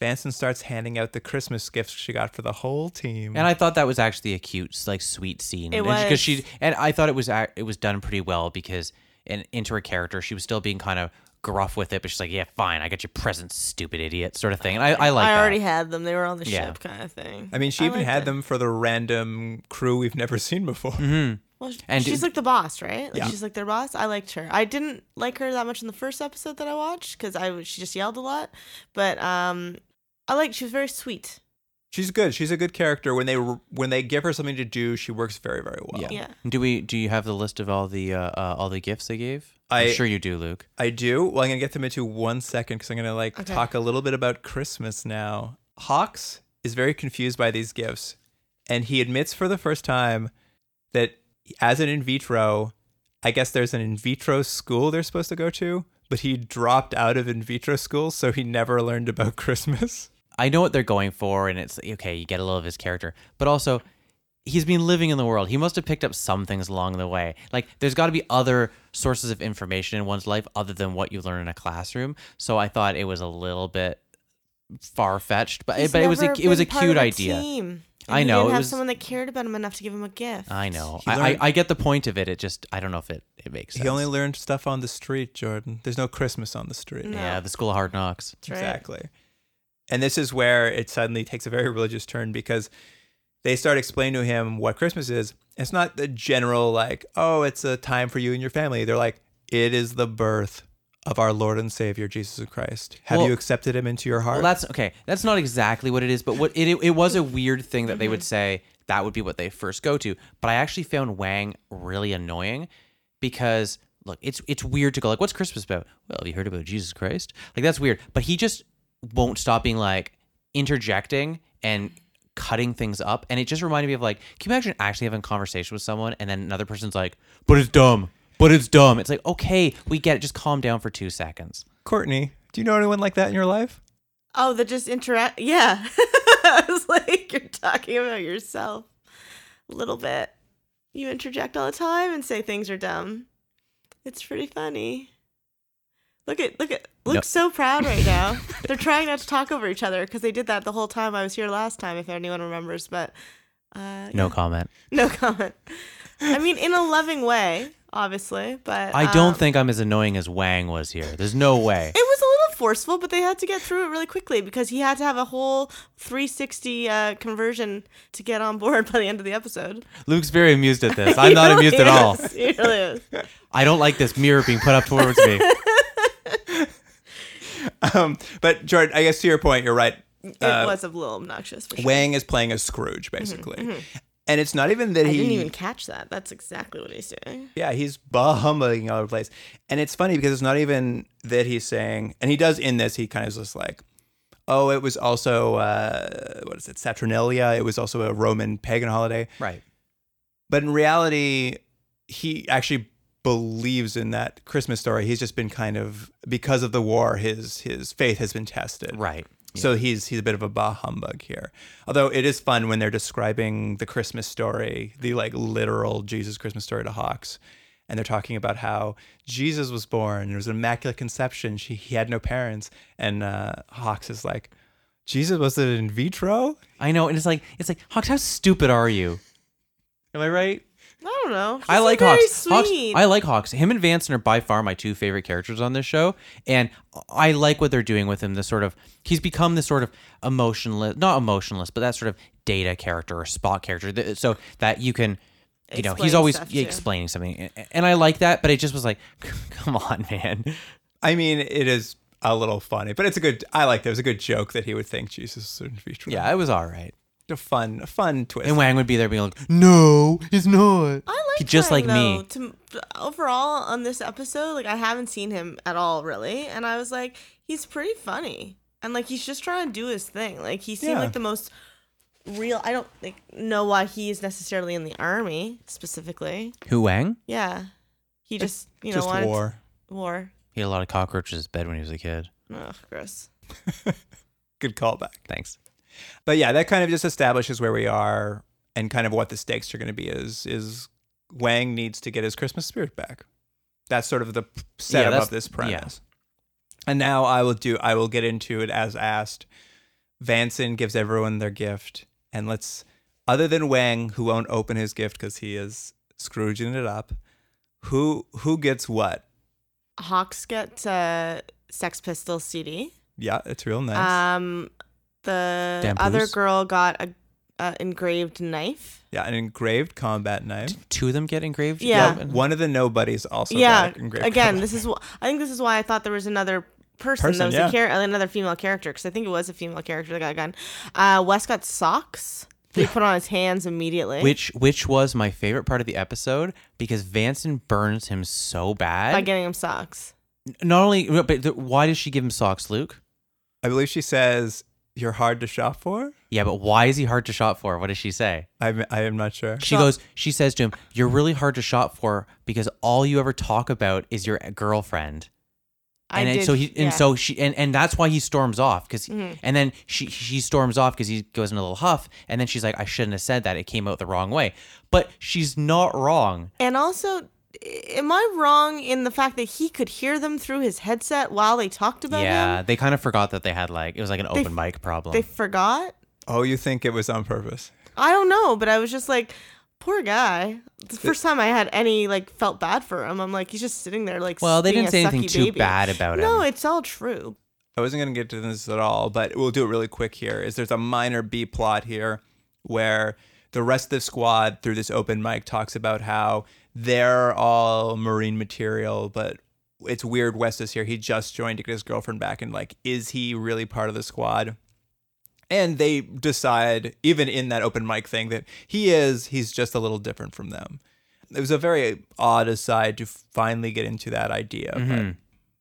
Speaker 1: Vanson starts handing out the Christmas gifts she got for the whole team.
Speaker 6: And I thought that was actually a cute, like, sweet scene.
Speaker 7: It
Speaker 6: because
Speaker 7: was.
Speaker 6: she and I thought it was ac- it was done pretty well because and into her character, she was still being kind of gruff with it, but she's like, "Yeah, fine, I got your presents, stupid idiot," sort of thing. And I, I like.
Speaker 7: I
Speaker 6: that.
Speaker 7: already had them. They were on the
Speaker 6: Yeah.
Speaker 7: ship, kind of thing.
Speaker 1: I mean, she even
Speaker 7: liked
Speaker 1: had
Speaker 7: it.
Speaker 1: them for the random crew we've never seen before.
Speaker 6: Mm-hmm.
Speaker 7: Well, sh-
Speaker 6: And
Speaker 7: she's
Speaker 6: did-
Speaker 7: like the boss, right? Like
Speaker 1: Yeah.
Speaker 7: she's like their boss. I liked her. I didn't like her that much in the first episode that I watched because I was- she just yelled a lot. But um, I like she was very sweet.
Speaker 1: She's good. She's a good character. When they when they give her something to do, she works very very well.
Speaker 6: Yeah.
Speaker 7: Yeah.
Speaker 6: Do we? Do you have the list of all the uh, uh, all the gifts they gave?
Speaker 1: I-
Speaker 6: am sure you do, Luke.
Speaker 1: I do. Well, I'm gonna get them into one second because I'm gonna like
Speaker 7: Okay.
Speaker 1: talk a little bit about Christmas now. Hawks is very confused by these gifts, and he admits for the first time that as an in vitro, I guess there's an in vitro school they're supposed to go to, but he dropped out of in vitro school, so he never learned about Christmas.
Speaker 6: I know what they're going for, and it's okay. You get a little of his character, but also he's been living in the world. He must have picked up some things along the way. Like there's got to be other sources of information in one's life other than what you learn in a classroom. So I thought it was a little bit far fetched, but
Speaker 7: He's
Speaker 6: Eh, but it was a
Speaker 7: never
Speaker 6: it was a
Speaker 7: been part
Speaker 6: cute
Speaker 7: of
Speaker 6: idea.
Speaker 7: Team. And
Speaker 6: I
Speaker 7: he
Speaker 6: know,
Speaker 7: didn't
Speaker 6: it
Speaker 7: have
Speaker 6: was-
Speaker 7: someone that cared about him enough to give him a gift.
Speaker 6: I know.
Speaker 1: He
Speaker 6: I, I
Speaker 1: learned-
Speaker 6: I get the point of it. It just I don't know if it it makes sense.
Speaker 1: He only learned stuff on the street, Jordan. There's no Christmas on the street.
Speaker 7: No.
Speaker 6: yeah the school of hard knocks.
Speaker 7: That's right.
Speaker 1: Exactly. And this is where it suddenly takes a very religious turn because they start explaining to him what Christmas is. It's not the general, like, oh, it's a time for you and your family. They're like, it is the birth of our Lord and Savior, Jesus Christ. Have
Speaker 6: Well-
Speaker 1: you accepted him into your heart?
Speaker 6: Well, that's okay. That's not exactly what it is, but what it it, it was a weird thing that
Speaker 7: Mm-hmm.
Speaker 6: they would say that would be what they first go to. But I actually found Wang really annoying because look, it's it's weird to go like, "What's Christmas about?" Well, have you heard about Jesus Christ? Like that's weird. But he just won't stop being like interjecting and cutting things up, and it just reminded me of like, can you imagine actually having a conversation with someone and then another person's like, "But it's dumb." But it's dumb. It's like, okay, we get it. Just calm down for two seconds.
Speaker 1: Courtney, do you know anyone like that in your life?
Speaker 7: Oh, that just interact. Yeah, I was like, you're talking about yourself a little bit. You interject all the time and say things are dumb. It's pretty funny. Look at look at
Speaker 6: No.
Speaker 7: Luke's so proud right now. They're trying not to talk over each other because they did that the whole time I was here last time. If anyone remembers, but uh,
Speaker 6: No
Speaker 7: yeah.
Speaker 6: comment.
Speaker 7: no comment. I mean, in a loving way, obviously, but
Speaker 6: I don't
Speaker 7: um,
Speaker 6: think I'm as annoying as Wang was here. There's no way.
Speaker 7: It was a little forceful, but they had to get through it really quickly because he had to have a whole 360 uh, conversion to get on board by the end of the episode.
Speaker 6: Luke's very amused at this. I'm not
Speaker 7: He
Speaker 6: amused
Speaker 7: really
Speaker 6: at all.
Speaker 7: is. He really is.
Speaker 6: I don't like this mirror being put up towards me.
Speaker 1: Um, but, Jordan, I guess to your point, you're right.
Speaker 7: It
Speaker 1: Uh,
Speaker 7: was a little obnoxious for sure.
Speaker 1: Wang is playing a Scrooge, basically. And it's not even that
Speaker 7: mm-hmm. I
Speaker 1: he.
Speaker 7: didn't even catch that. That's exactly what he's doing.
Speaker 1: Yeah, he's bah humbugging all over the place. And it's funny because it's not even that he's saying, and he does in this, he kind of is just like, oh, it was also, uh, what is it, Saturnalia? It was also a Roman pagan holiday.
Speaker 6: Right.
Speaker 1: But in reality, he actually believes in that Christmas story. He's just been kind of, because of the war, his his faith has been tested.
Speaker 6: Right.
Speaker 1: So he's he's a bit of a bah humbug here. Although it is fun when they're describing the Christmas story, the like literal Jesus Christmas story to Hawks, and they're talking about how Jesus was born. There was an immaculate conception. She, he had no parents, and uh, Hawks is like, Jesus was it in vitro?
Speaker 6: I know, and it's like it's like Hawks, how stupid are you? Am I right?
Speaker 7: I don't know. He's
Speaker 6: I like
Speaker 7: very
Speaker 6: Hawks. Hawks.
Speaker 7: Sweet.
Speaker 6: I like Hawks. Him and Vanson are by far my two favorite characters on this show, and I like what they're doing with him. The sort of he's become this sort of emotionless, not emotionless, but that sort of data character or spot character, that- so that you can, you know, he's
Speaker 7: Explain
Speaker 6: always
Speaker 7: stuff,
Speaker 6: yeah,
Speaker 7: too.
Speaker 6: explaining something, and I like that. But it just was like, come on, man.
Speaker 1: I mean, it is a little funny, but it's a good. I like. It It was a good joke that he would think Jesus was in vitro.
Speaker 6: Yeah, it was all right.
Speaker 1: a fun, a fun twist.
Speaker 6: And Wang would be there being like, no, it's not.
Speaker 7: I like
Speaker 6: He- just
Speaker 7: Wang,
Speaker 6: like me.
Speaker 7: though, To, overall, on this episode, like I haven't seen him at all really, and I was like, he's pretty funny, and like he's just trying to do his thing. Like he seemed
Speaker 1: Yeah.
Speaker 7: like the most real. I don't like know why he is necessarily in the army specifically.
Speaker 6: Who Wang?
Speaker 7: Yeah, he just you know
Speaker 1: just
Speaker 7: wanted to-
Speaker 1: war.
Speaker 7: war.
Speaker 6: He had a lot of cockroaches in his bed when he was a kid.
Speaker 7: Ugh, gross.
Speaker 1: Good callback.
Speaker 6: Thanks.
Speaker 1: But yeah, that kind of just establishes where we are. and kind of what the stakes are going to be is is Wang needs to get his Christmas spirit back. That's sort of the p- setup
Speaker 6: that's-
Speaker 1: of this
Speaker 6: yeah.
Speaker 1: premise. And now I will do I will get into it as asked. Vanson gives everyone their gift and let's other than Wang who won't open his gift cuz he is scrooging it up. Who who gets what?
Speaker 7: Hawks gets a Sex Pistols CD.
Speaker 1: Yeah, it's real nice.
Speaker 7: Um, the
Speaker 1: Damn
Speaker 7: other
Speaker 1: booze.
Speaker 7: girl got a, a engraved knife.
Speaker 1: yeah, an engraved combat knife.
Speaker 6: two of them get engraved?
Speaker 7: Yeah.
Speaker 1: Well, One of the nobodies also
Speaker 7: yeah.
Speaker 1: got engraved.
Speaker 7: Again, this is wh- I think this is why I thought there was another person,
Speaker 1: Person,
Speaker 7: that was
Speaker 1: yeah.
Speaker 7: a char- another female character because I think it was a female character that got a gun. Uh, Wes got socks. They put on his hands immediately.
Speaker 6: Which which was my favorite part of the episode because Vanson burns him so bad.
Speaker 7: by getting him socks.
Speaker 6: Not only, but the, why does she give him socks, Luke?
Speaker 1: I believe she says you're hard to shop for.
Speaker 6: Yeah, but why is he hard to shop for? What does she say?
Speaker 1: I I am not sure.
Speaker 6: She goes, she says to him, You're really hard to shop for because all you ever talk about is your girlfriend.
Speaker 7: I
Speaker 6: And it-
Speaker 7: did-
Speaker 6: so he
Speaker 7: yeah.
Speaker 6: and so she and, and that's why he storms off because
Speaker 7: Mhm.
Speaker 6: and then she she storms off because he goes in a little huff and then she's like I shouldn't have said that it came out the wrong way but she's not wrong
Speaker 7: And also, am I wrong in the fact that he could hear them through his headset while they talked about him?
Speaker 6: yeah they kind of forgot that they had like it was like an
Speaker 7: They
Speaker 6: open
Speaker 7: f-
Speaker 6: mic problem
Speaker 7: They forgot.
Speaker 1: Oh, you think it was on purpose?
Speaker 7: I don't know, but I was just like, poor guy. The first time I had any like felt bad for him. I'm like, he's just sitting there like.
Speaker 6: Well, they
Speaker 7: being
Speaker 6: didn't
Speaker 7: a
Speaker 6: say anything
Speaker 7: sucky
Speaker 6: too
Speaker 7: baby.
Speaker 6: bad about
Speaker 7: No,
Speaker 6: him.
Speaker 7: it's all true.
Speaker 1: I wasn't going to get to this at all, but we'll do it really quick here. Is there's a minor B plot here where the rest of the squad through this open mic talks about how they're all marine material, but it's weird West is here. He just joined to get his girlfriend back and like is he really part of the squad? And they decide even in that open mic thing that he is, he's just a little different from them. It was a very odd aside to finally get into that idea, but
Speaker 6: Mhm.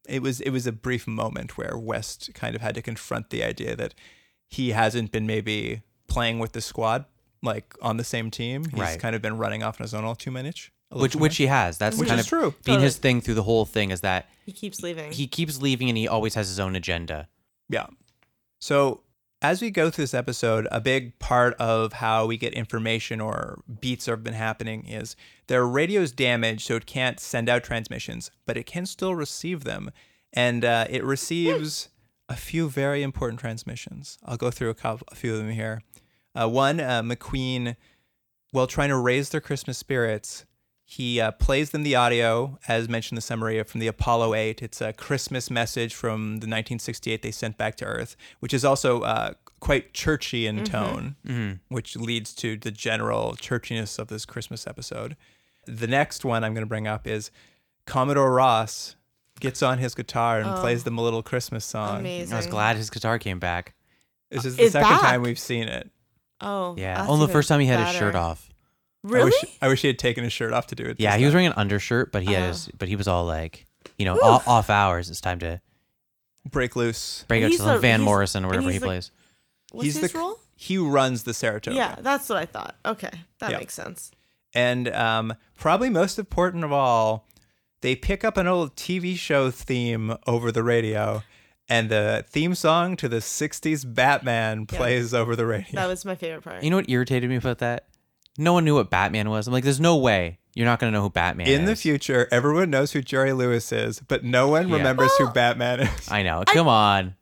Speaker 1: it was it was a brief moment where West kind of had to confront the idea that he hasn't been maybe playing with the squad like on the same team. He's
Speaker 6: Right.
Speaker 1: kind of been running off on his own all too much. a little
Speaker 6: which
Speaker 1: too
Speaker 6: which
Speaker 1: much.
Speaker 6: he has that's
Speaker 1: Which
Speaker 6: kind
Speaker 1: is
Speaker 6: of
Speaker 1: true.
Speaker 6: being
Speaker 7: Totally.
Speaker 6: his thing through the whole thing is that
Speaker 7: He keeps leaving.
Speaker 6: he keeps leaving and he always has his own agenda
Speaker 1: Yeah. So as we go through this episode, a big part of how we get information or beats that have been happening is their radio's damaged, so it can't send out transmissions, but it can still receive them, and uh, it receives a few very important transmissions. I'll go through a, couple, a few of them here. Uh, one, uh, McQueen, while trying to raise their Christmas spirits, he uh, plays them the audio, as mentioned in the summary, from the Apollo 8. It's a Christmas message from the 1968 they sent back to Earth, which is also uh, quite churchy in tone,
Speaker 6: Mhm.
Speaker 1: which leads to the general churchiness of this Christmas episode. The next one I'm going to bring up is Commodore Ross gets on his guitar and
Speaker 7: Oh.
Speaker 1: plays them a little Christmas song.
Speaker 7: Amazing.
Speaker 6: uh, I was glad his guitar came back
Speaker 1: This is the
Speaker 7: It's
Speaker 1: second
Speaker 7: back.
Speaker 1: time we've seen it.
Speaker 7: Oh.
Speaker 6: yeah
Speaker 7: that's
Speaker 6: only the
Speaker 7: even
Speaker 6: first time he had his
Speaker 7: better.
Speaker 6: shirt off
Speaker 1: I
Speaker 7: Really?
Speaker 1: wish, I wish he uh, had taken his shirt off to do it.
Speaker 6: yeah
Speaker 1: this
Speaker 6: he was
Speaker 1: time.
Speaker 6: wearing an undershirt but he had his but he was all like you know
Speaker 7: Uh-huh.
Speaker 6: off,
Speaker 7: Oof.
Speaker 6: off hours it's time to
Speaker 1: break loose.
Speaker 6: break out
Speaker 7: He's
Speaker 6: to some
Speaker 7: a-
Speaker 6: Van
Speaker 7: he's-
Speaker 6: Morrison or
Speaker 7: and
Speaker 6: whatever he
Speaker 7: he's like-
Speaker 6: plays
Speaker 7: What's
Speaker 1: He's
Speaker 7: his
Speaker 1: the-
Speaker 7: role?
Speaker 1: He runs the Saratoga.
Speaker 7: Yeah, that's what I thought. Okay, that
Speaker 1: Yeah.
Speaker 7: makes sense.
Speaker 1: And um, probably most important of all, they pick up an old TV show theme over the radio, and the theme song to the 60s Batman plays over the radio.
Speaker 7: That was my favorite part.
Speaker 6: you know what irritated me about that no one knew what Batman was I'm like there's no way you're not gonna know who Batman
Speaker 1: In
Speaker 6: is
Speaker 1: the future, everyone knows who Jerry Lewis is, but no one
Speaker 6: Yeah.
Speaker 1: remembers who
Speaker 7: Well,
Speaker 1: Batman is.
Speaker 6: I know come on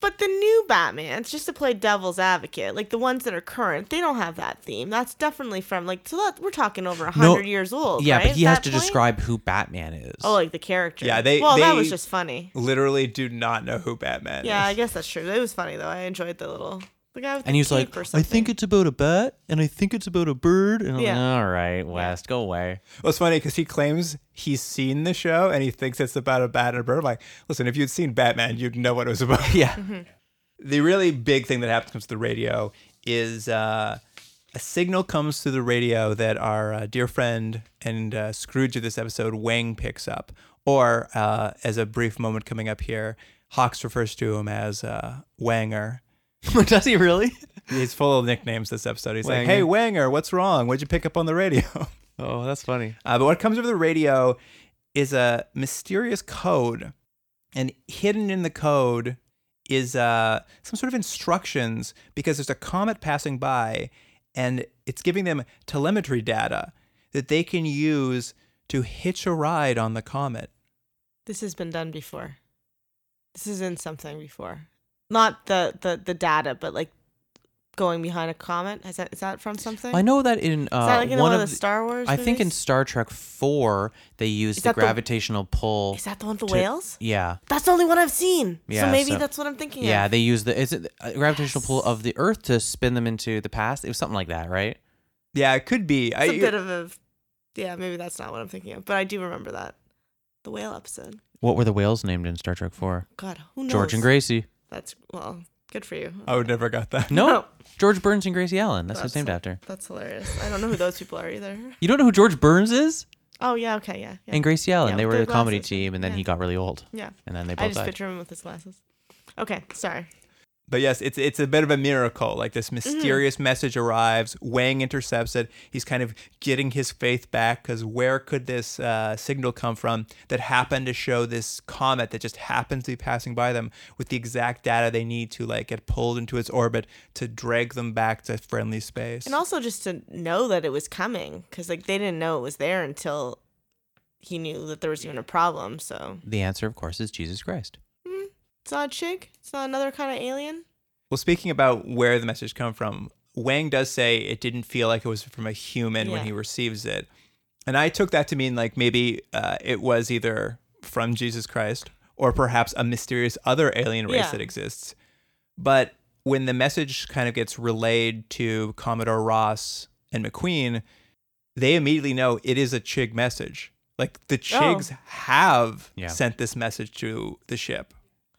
Speaker 7: But the new Batman, it's just to play devil's advocate, like the ones that are current, they don't have that theme. That's definitely from like so that, we're talking over a hundred years old.
Speaker 6: yeah
Speaker 7: right,
Speaker 6: but he
Speaker 7: at
Speaker 6: has
Speaker 7: that
Speaker 6: to
Speaker 7: point?
Speaker 6: describe who Batman is
Speaker 7: Oh, like the character.
Speaker 1: Yeah, they-
Speaker 7: Well, that was
Speaker 1: they-
Speaker 7: just funny.
Speaker 1: Literally do not know who Batman
Speaker 7: Yeah, I
Speaker 1: is.
Speaker 7: guess that's true. It was funny though. I enjoyed the little the guy with
Speaker 6: and
Speaker 7: the
Speaker 6: he was like
Speaker 7: cape or
Speaker 6: I
Speaker 7: something.
Speaker 6: think it's about a bat and I think it's about a bird and I'm like,
Speaker 7: Yeah.
Speaker 6: all right West go away
Speaker 1: Well, it's funny because he claims he's seen the show and he thinks it's about a bat and a bird. I'm like, listen, if you'd seen Batman, you'd know what it was about.
Speaker 6: yeah
Speaker 1: the really big thing that happens comes to the radio is uh, a signal comes through the radio that our uh, dear friend and uh, Scrooge of this episode, Wang, picks up. Or, uh, as a brief moment coming up here, Hawks refers to him as uh, Wanger.
Speaker 6: does he really
Speaker 1: He's full of nicknames this episode. He's like,
Speaker 6: Wanger.
Speaker 1: hey, Wanger, what's wrong? What'd you pick up on the radio?
Speaker 6: oh that's funny
Speaker 1: Uh, but what comes over the radio is a mysterious code, and hidden in the code is uh, some sort of instructions because there's a comet passing by, and It's giving them telemetry data that they can use to hitch a ride on the comet.
Speaker 7: This has been done before. This is in something before. Not the the the data, but like going behind a comet. Is that is that from something?
Speaker 6: I know that in uh,
Speaker 7: Is that like in
Speaker 6: one,
Speaker 7: one
Speaker 6: of
Speaker 7: of the Star Wars
Speaker 6: I think in
Speaker 7: movies?
Speaker 6: Star Trek Four they used
Speaker 7: Is
Speaker 6: the
Speaker 7: that the-
Speaker 6: gravitational pull.
Speaker 7: Is that the one with the
Speaker 6: to-
Speaker 7: whales?
Speaker 6: Yeah.
Speaker 7: That's the only one I've seen.
Speaker 6: Yeah,
Speaker 7: so maybe that's what I'm thinking
Speaker 6: Yeah,
Speaker 7: of.
Speaker 6: they use the is it uh, gravitational pull of the Earth to spin them into the past. It was something like that, right?
Speaker 1: Yeah, it could be.
Speaker 7: It's a bit of a yeah, maybe that's not what I'm thinking of, but I do remember that. The whale episode.
Speaker 6: what were the whales named in Star Trek Four?
Speaker 7: God, who knows?
Speaker 6: George and Gracie.
Speaker 7: That's well, good for you.
Speaker 1: I would never got that.
Speaker 6: No, George Burns and Gracie Allen. That's, what's named after.
Speaker 7: That's hilarious. I don't know who those people are either.
Speaker 6: You don't know who George Burns is?
Speaker 7: Oh yeah, okay, yeah. yeah.
Speaker 6: And Gracie Allen.
Speaker 7: Yeah,
Speaker 6: they
Speaker 7: with
Speaker 6: were
Speaker 7: the
Speaker 6: a comedy
Speaker 7: glasses.
Speaker 6: team, and then
Speaker 7: Yeah.
Speaker 6: he got really old.
Speaker 7: Yeah.
Speaker 6: And then they
Speaker 7: I
Speaker 6: both
Speaker 7: just
Speaker 6: died.
Speaker 7: picture him with his glasses. Okay, sorry.
Speaker 1: But yes, it's it's a bit of a miracle. Like this mysterious message arrives, Wang intercepts it. He's kind of getting his faith back because where could this uh, signal come from that happened to show this comet that just happens to be passing by them with the exact data they need to like get pulled into its orbit to drag them back to friendly space.
Speaker 7: And also just to know that it was coming cuz like they didn't know it was there until he knew that there was even a problem, so
Speaker 6: The answer, of course, is Jesus Christ.
Speaker 7: it's not a chick. It's not another kind of alien.
Speaker 1: Well, speaking about where the message come from, Wang does say it didn't feel like it was from a human when
Speaker 7: Yeah.
Speaker 1: he receives it, and I took that to mean like maybe uh, it was either from Jesus Christ or perhaps a mysterious other alien race
Speaker 7: Yeah.
Speaker 1: that exists. But when the message kind of gets relayed to Commodore Ross and McQueen, they immediately know it is a Chig message. Like
Speaker 7: Oh.
Speaker 1: the Chigs have
Speaker 6: Yeah.
Speaker 1: sent this message to the ship.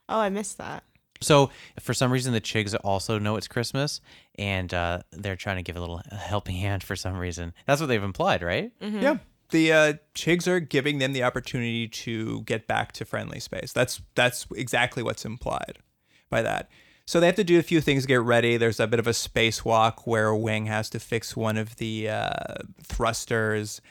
Speaker 7: Oh, I missed that.
Speaker 6: So for some reason, the Chigs also know it's Christmas, and uh, they're trying to give a little helping hand for some reason. That's what they've implied, right?
Speaker 7: Mm.
Speaker 1: Yeah. The uh, Chigs are giving them the opportunity to get back to friendly space. That's that's exactly what's implied by that. So they have to do a few things to get ready. There's a bit of a spacewalk where Wing has to fix one of the uh, thrusters,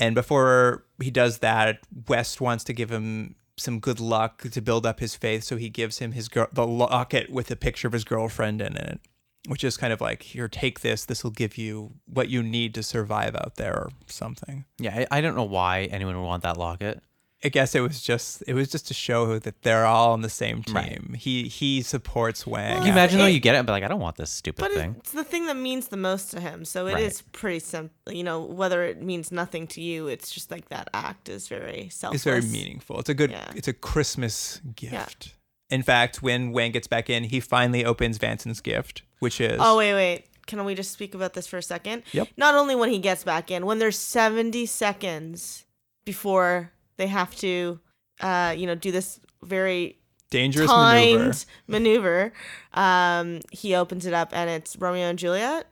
Speaker 1: and before he does that, West wants to give him some good luck to build up his faith. So he gives him his girl the locket with a picture of his girlfriend in it, which is kind of like here, take this. This will give you what you need to survive out there, or something.
Speaker 6: Yeah, I, I don't know why anyone would want that locket.
Speaker 1: I guess it was just it was just to show that they're all on the same team.
Speaker 6: Right.
Speaker 1: He he supports Wang.
Speaker 6: Can you imagine though? You get it, but like, I don't want this stupid
Speaker 7: But
Speaker 6: thing.
Speaker 7: it's the thing that means the most to him. So it is
Speaker 6: Right.
Speaker 7: pretty simple. You know, whether it means nothing to you, it's just like that act is very selfless.
Speaker 1: It's very meaningful. It's a good.
Speaker 7: Yeah.
Speaker 1: It's a Christmas gift. In fact, when Wang gets back in, he finally opens Vanson's gift, which is
Speaker 7: Oh wait, wait. Can we just speak about this for a second?
Speaker 1: Yep.
Speaker 7: Not only when he gets back in, when there's 70 seconds before they have to, uh, you know, do this very
Speaker 1: dangerous maneuver.
Speaker 7: timed maneuver, um, he opens it up and it's Romeo and Juliet.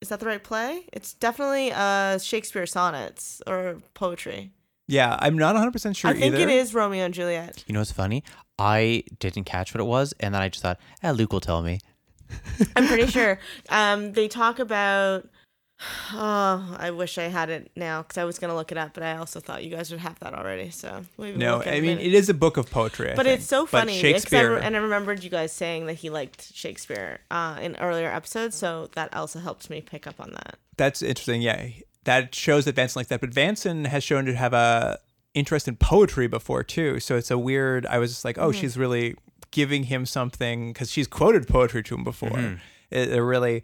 Speaker 7: Is that the right play? It's definitely uh, Shakespeare sonnets or poetry.
Speaker 1: Yeah, I'm not 100 percent sure
Speaker 7: I think
Speaker 1: either.
Speaker 7: it is Romeo and Juliet.
Speaker 6: You know what's funny? I didn't catch what it was, and then I just thought, eh, Luke will tell me.
Speaker 7: I'm pretty sure. Um, they talk about. Oh, I wish I had it now because I was gonna look it up, but I also thought you guys would have that already. So maybe we'll
Speaker 1: No,
Speaker 7: look at
Speaker 1: I mean
Speaker 7: later.
Speaker 1: it is a book of poetry. I
Speaker 7: But
Speaker 1: think.
Speaker 7: it's so
Speaker 1: But
Speaker 7: funny. 'cause I
Speaker 1: Shakespeare.
Speaker 7: re- and I remembered you guys saying that he liked Shakespeare uh, in earlier episodes, so that also helped me pick up on that.
Speaker 1: That's interesting. Yeah, that shows that Vanson likes that. But Vanson has shown to have a interest in poetry before too. So it's a weird. I was just like, oh, she's really giving him something because she's quoted poetry to him before. It, it really,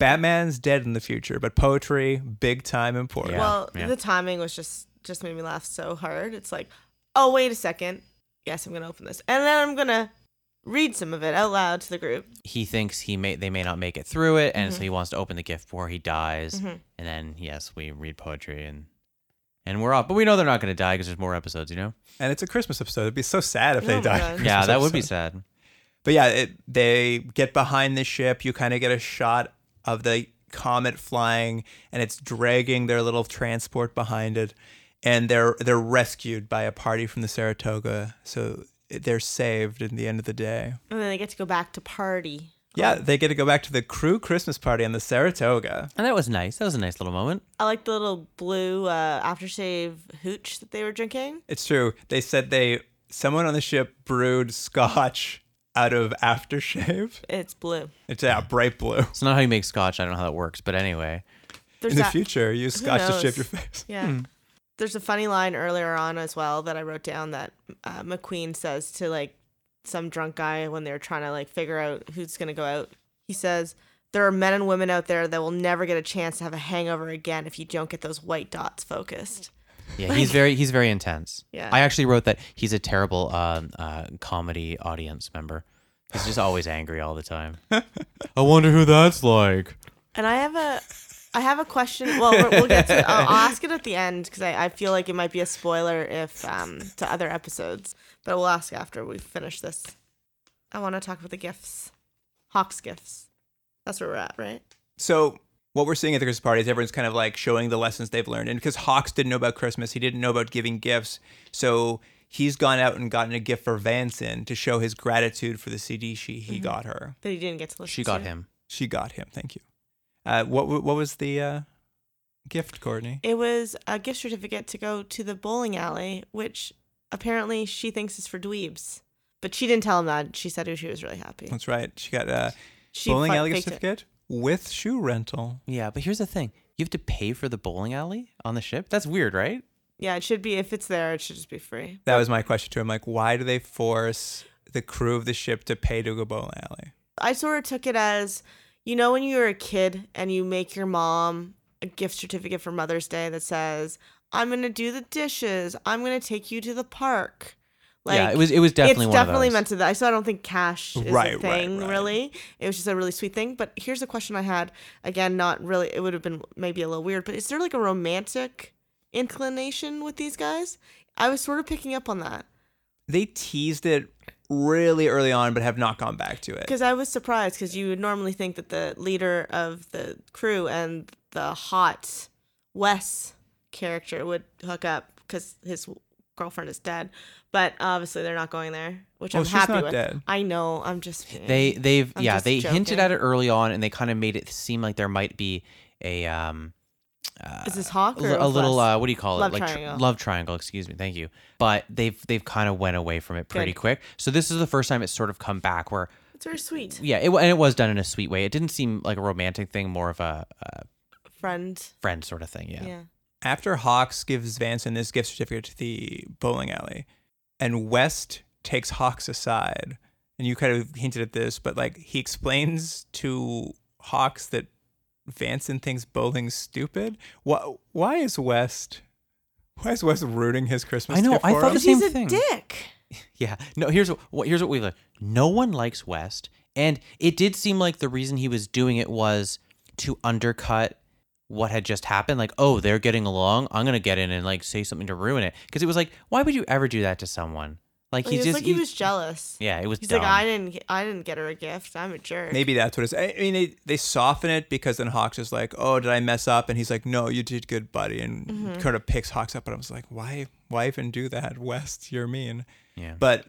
Speaker 1: Batman's dead in the future, but poetry, big time important.
Speaker 7: well,
Speaker 6: yeah.
Speaker 7: the timing was just just made me laugh so hard. It's like, oh wait a second. Yes, I'm gonna open this, and then I'm gonna read some of it out loud to the group.
Speaker 6: He thinks he may they may not make it through it, and
Speaker 7: Mm-hmm.
Speaker 6: so he wants to open the gift before he dies.
Speaker 7: Mhm.
Speaker 6: And then yes, we read poetry and and we're off. But we know they're not going to die because there's more episodes, you know.
Speaker 1: and it's a Christmas episode. It'd be so sad if
Speaker 7: Oh
Speaker 1: they
Speaker 7: my
Speaker 1: died.
Speaker 7: God.
Speaker 1: Christmas
Speaker 6: yeah, that would be
Speaker 1: episode.
Speaker 6: sad.
Speaker 1: But yeah, it, they get behind the ship. You kind of get a shot of the comet flying, and it's dragging their little transport behind it. And they're they're rescued by a party from the Saratoga, so they're saved in the end of the day.
Speaker 7: And then they get to go back to party.
Speaker 1: Yeah, they get to go back to the crew Christmas party on the Saratoga.
Speaker 6: And that was nice. That was a nice little moment.
Speaker 7: I like the little blue uh, aftershave hooch that they were drinking.
Speaker 1: It's true. They said they someone on the ship brewed scotch out of aftershave.
Speaker 7: It's blue.
Speaker 1: It's yeah, bright blue.
Speaker 6: It's not how you make scotch. I don't know how that works, but anyway,
Speaker 7: There's
Speaker 1: in the
Speaker 7: that-
Speaker 1: future, use
Speaker 7: who
Speaker 1: scotch to shape
Speaker 7: knows?
Speaker 1: your face.
Speaker 7: Yeah.
Speaker 1: Hmm.
Speaker 7: There's a funny line earlier on as well that I wrote down that uh, McQueen says to like some drunk guy when they're trying to like figure out who's going to go out. He says, There are men and women out there that will never get a chance to have a hangover again if you don't get those white dots focused.
Speaker 6: Yeah, he's very he's very intense.
Speaker 7: Yeah.
Speaker 6: I actually wrote that he's a terrible um, uh, comedy audience member. He's just always angry all the time. I wonder who that's like.
Speaker 7: And I have a. I have a question. Well, we'll we'll get to. I'll, I'll ask it at the end because I, I feel like it might be a spoiler if um, to other episodes, but we'll ask after we finish this. I want to talk about the gifts, Hawk's gifts. That's where we're at, right?
Speaker 1: So what we're seeing at the Christmas party is everyone's kind of like showing the lessons they've learned. And because Hawks didn't know about Christmas, he didn't know about giving gifts. So he's gone out and gotten a gift for Vanson to show his gratitude for the CD she he
Speaker 7: Mhm.
Speaker 1: got her.
Speaker 7: That he didn't get to listen.
Speaker 6: She got
Speaker 7: to.
Speaker 6: him.
Speaker 1: She got him. Thank you. Uh, what wa- what was the uh, gift, Courtney?
Speaker 7: It was a gift certificate to go to the bowling alley, which apparently she thinks is for dweebs, but she didn't tell him that. She said she was really happy.
Speaker 1: That's right. She got a
Speaker 7: She
Speaker 1: bowling
Speaker 7: fu-
Speaker 1: alley gift
Speaker 7: faked it.
Speaker 1: certificate with shoe rental.
Speaker 6: Yeah, but here's the thing: you have to pay for the bowling alley on the ship. That's weird, right?
Speaker 7: Yeah, it should be if it's there, it should just be free.
Speaker 1: That was my question to him. Like, why do they force the crew of the ship to pay to go bowling alley?
Speaker 7: I sort of took it as, you know, when you were a kid and you make your mom a gift certificate for Mother's Day that says, "I'm gonna do the dishes. I'm gonna take you to the park."
Speaker 6: Yeah, it was- it was definitely
Speaker 7: it's
Speaker 6: one of
Speaker 7: definitely
Speaker 6: those.
Speaker 7: meant to that. So I don't think cash is
Speaker 1: Right,
Speaker 7: a
Speaker 1: right,
Speaker 7: thing
Speaker 1: right.
Speaker 7: really. It was just a really sweet thing. But here's a question I had. Again, not really. It would have been maybe a little weird. But is there like a romantic inclination with these guys? I was sort of picking up on that
Speaker 1: They teased it really early on, but have not gone back to it.
Speaker 7: Because I was surprised, because you would normally think that the leader of the crew and the hot Wes character would hook up because his girlfriend is dead. But obviously, they're not going there, which
Speaker 1: Oh,
Speaker 7: I'm
Speaker 1: she's
Speaker 7: happy
Speaker 1: not
Speaker 7: with.
Speaker 1: dead.
Speaker 7: I know. I'm just kidding.
Speaker 6: They they've
Speaker 7: I'm
Speaker 6: yeah
Speaker 7: just
Speaker 6: they hinted
Speaker 7: joking.
Speaker 6: at it early on, and they kind of made it seem like there might be a um
Speaker 7: Is this Hawk
Speaker 6: a,
Speaker 7: or
Speaker 6: li- a
Speaker 7: was
Speaker 6: little
Speaker 7: Wes?
Speaker 6: uh, what do you call
Speaker 7: Love
Speaker 6: it like tr-
Speaker 7: triangle.
Speaker 6: love triangle excuse me thank you but they've they've kind of went away from it pretty
Speaker 7: Good.
Speaker 6: quick so this is the first time it's sort of come back where
Speaker 7: It's very sweet.
Speaker 6: yeah it, wa- and it was done in a sweet way it didn't seem like a romantic thing more of a, a
Speaker 7: Friend.
Speaker 6: friend sort of thing yeah.
Speaker 7: yeah.
Speaker 1: After Hawks gives Vanson this gift certificate to the bowling alley, and West takes Hawks aside, and you kind of hinted at this, but like he explains to Hawks that Vanson thinks bowling's stupid. Why, why is West? Why is West rooting his Christmas?
Speaker 6: I know,
Speaker 1: gift
Speaker 6: I
Speaker 1: for
Speaker 6: thought
Speaker 1: him?
Speaker 6: the
Speaker 7: Because he's
Speaker 6: same
Speaker 7: a
Speaker 6: thing.
Speaker 7: dick.
Speaker 6: Yeah. No, here's what here's what we learned. No one likes West, and it did seem like the reason he was doing it was to undercut what had just happened. Like, oh, they're getting along. I'm gonna get in and like say something to ruin it. Because it was like, why would you ever do that to someone? Like
Speaker 7: Like,
Speaker 6: he's
Speaker 7: it's
Speaker 6: just
Speaker 7: like he
Speaker 6: he-
Speaker 7: was jealous.
Speaker 6: Yeah, it was.
Speaker 7: He's
Speaker 6: dumb.
Speaker 7: like, I didn't, get- I didn't get her a gift. I'm a jerk.
Speaker 1: Maybe that's what it's. I I mean, they, they soften it because then Hawks is like, "Oh, did I mess up?" And he's like, "No, you did good, buddy." And
Speaker 7: Mhm.
Speaker 1: kind of picks Hawks up. And I was like, "Why? Why even do that, West? You're mean."
Speaker 6: Yeah.
Speaker 1: But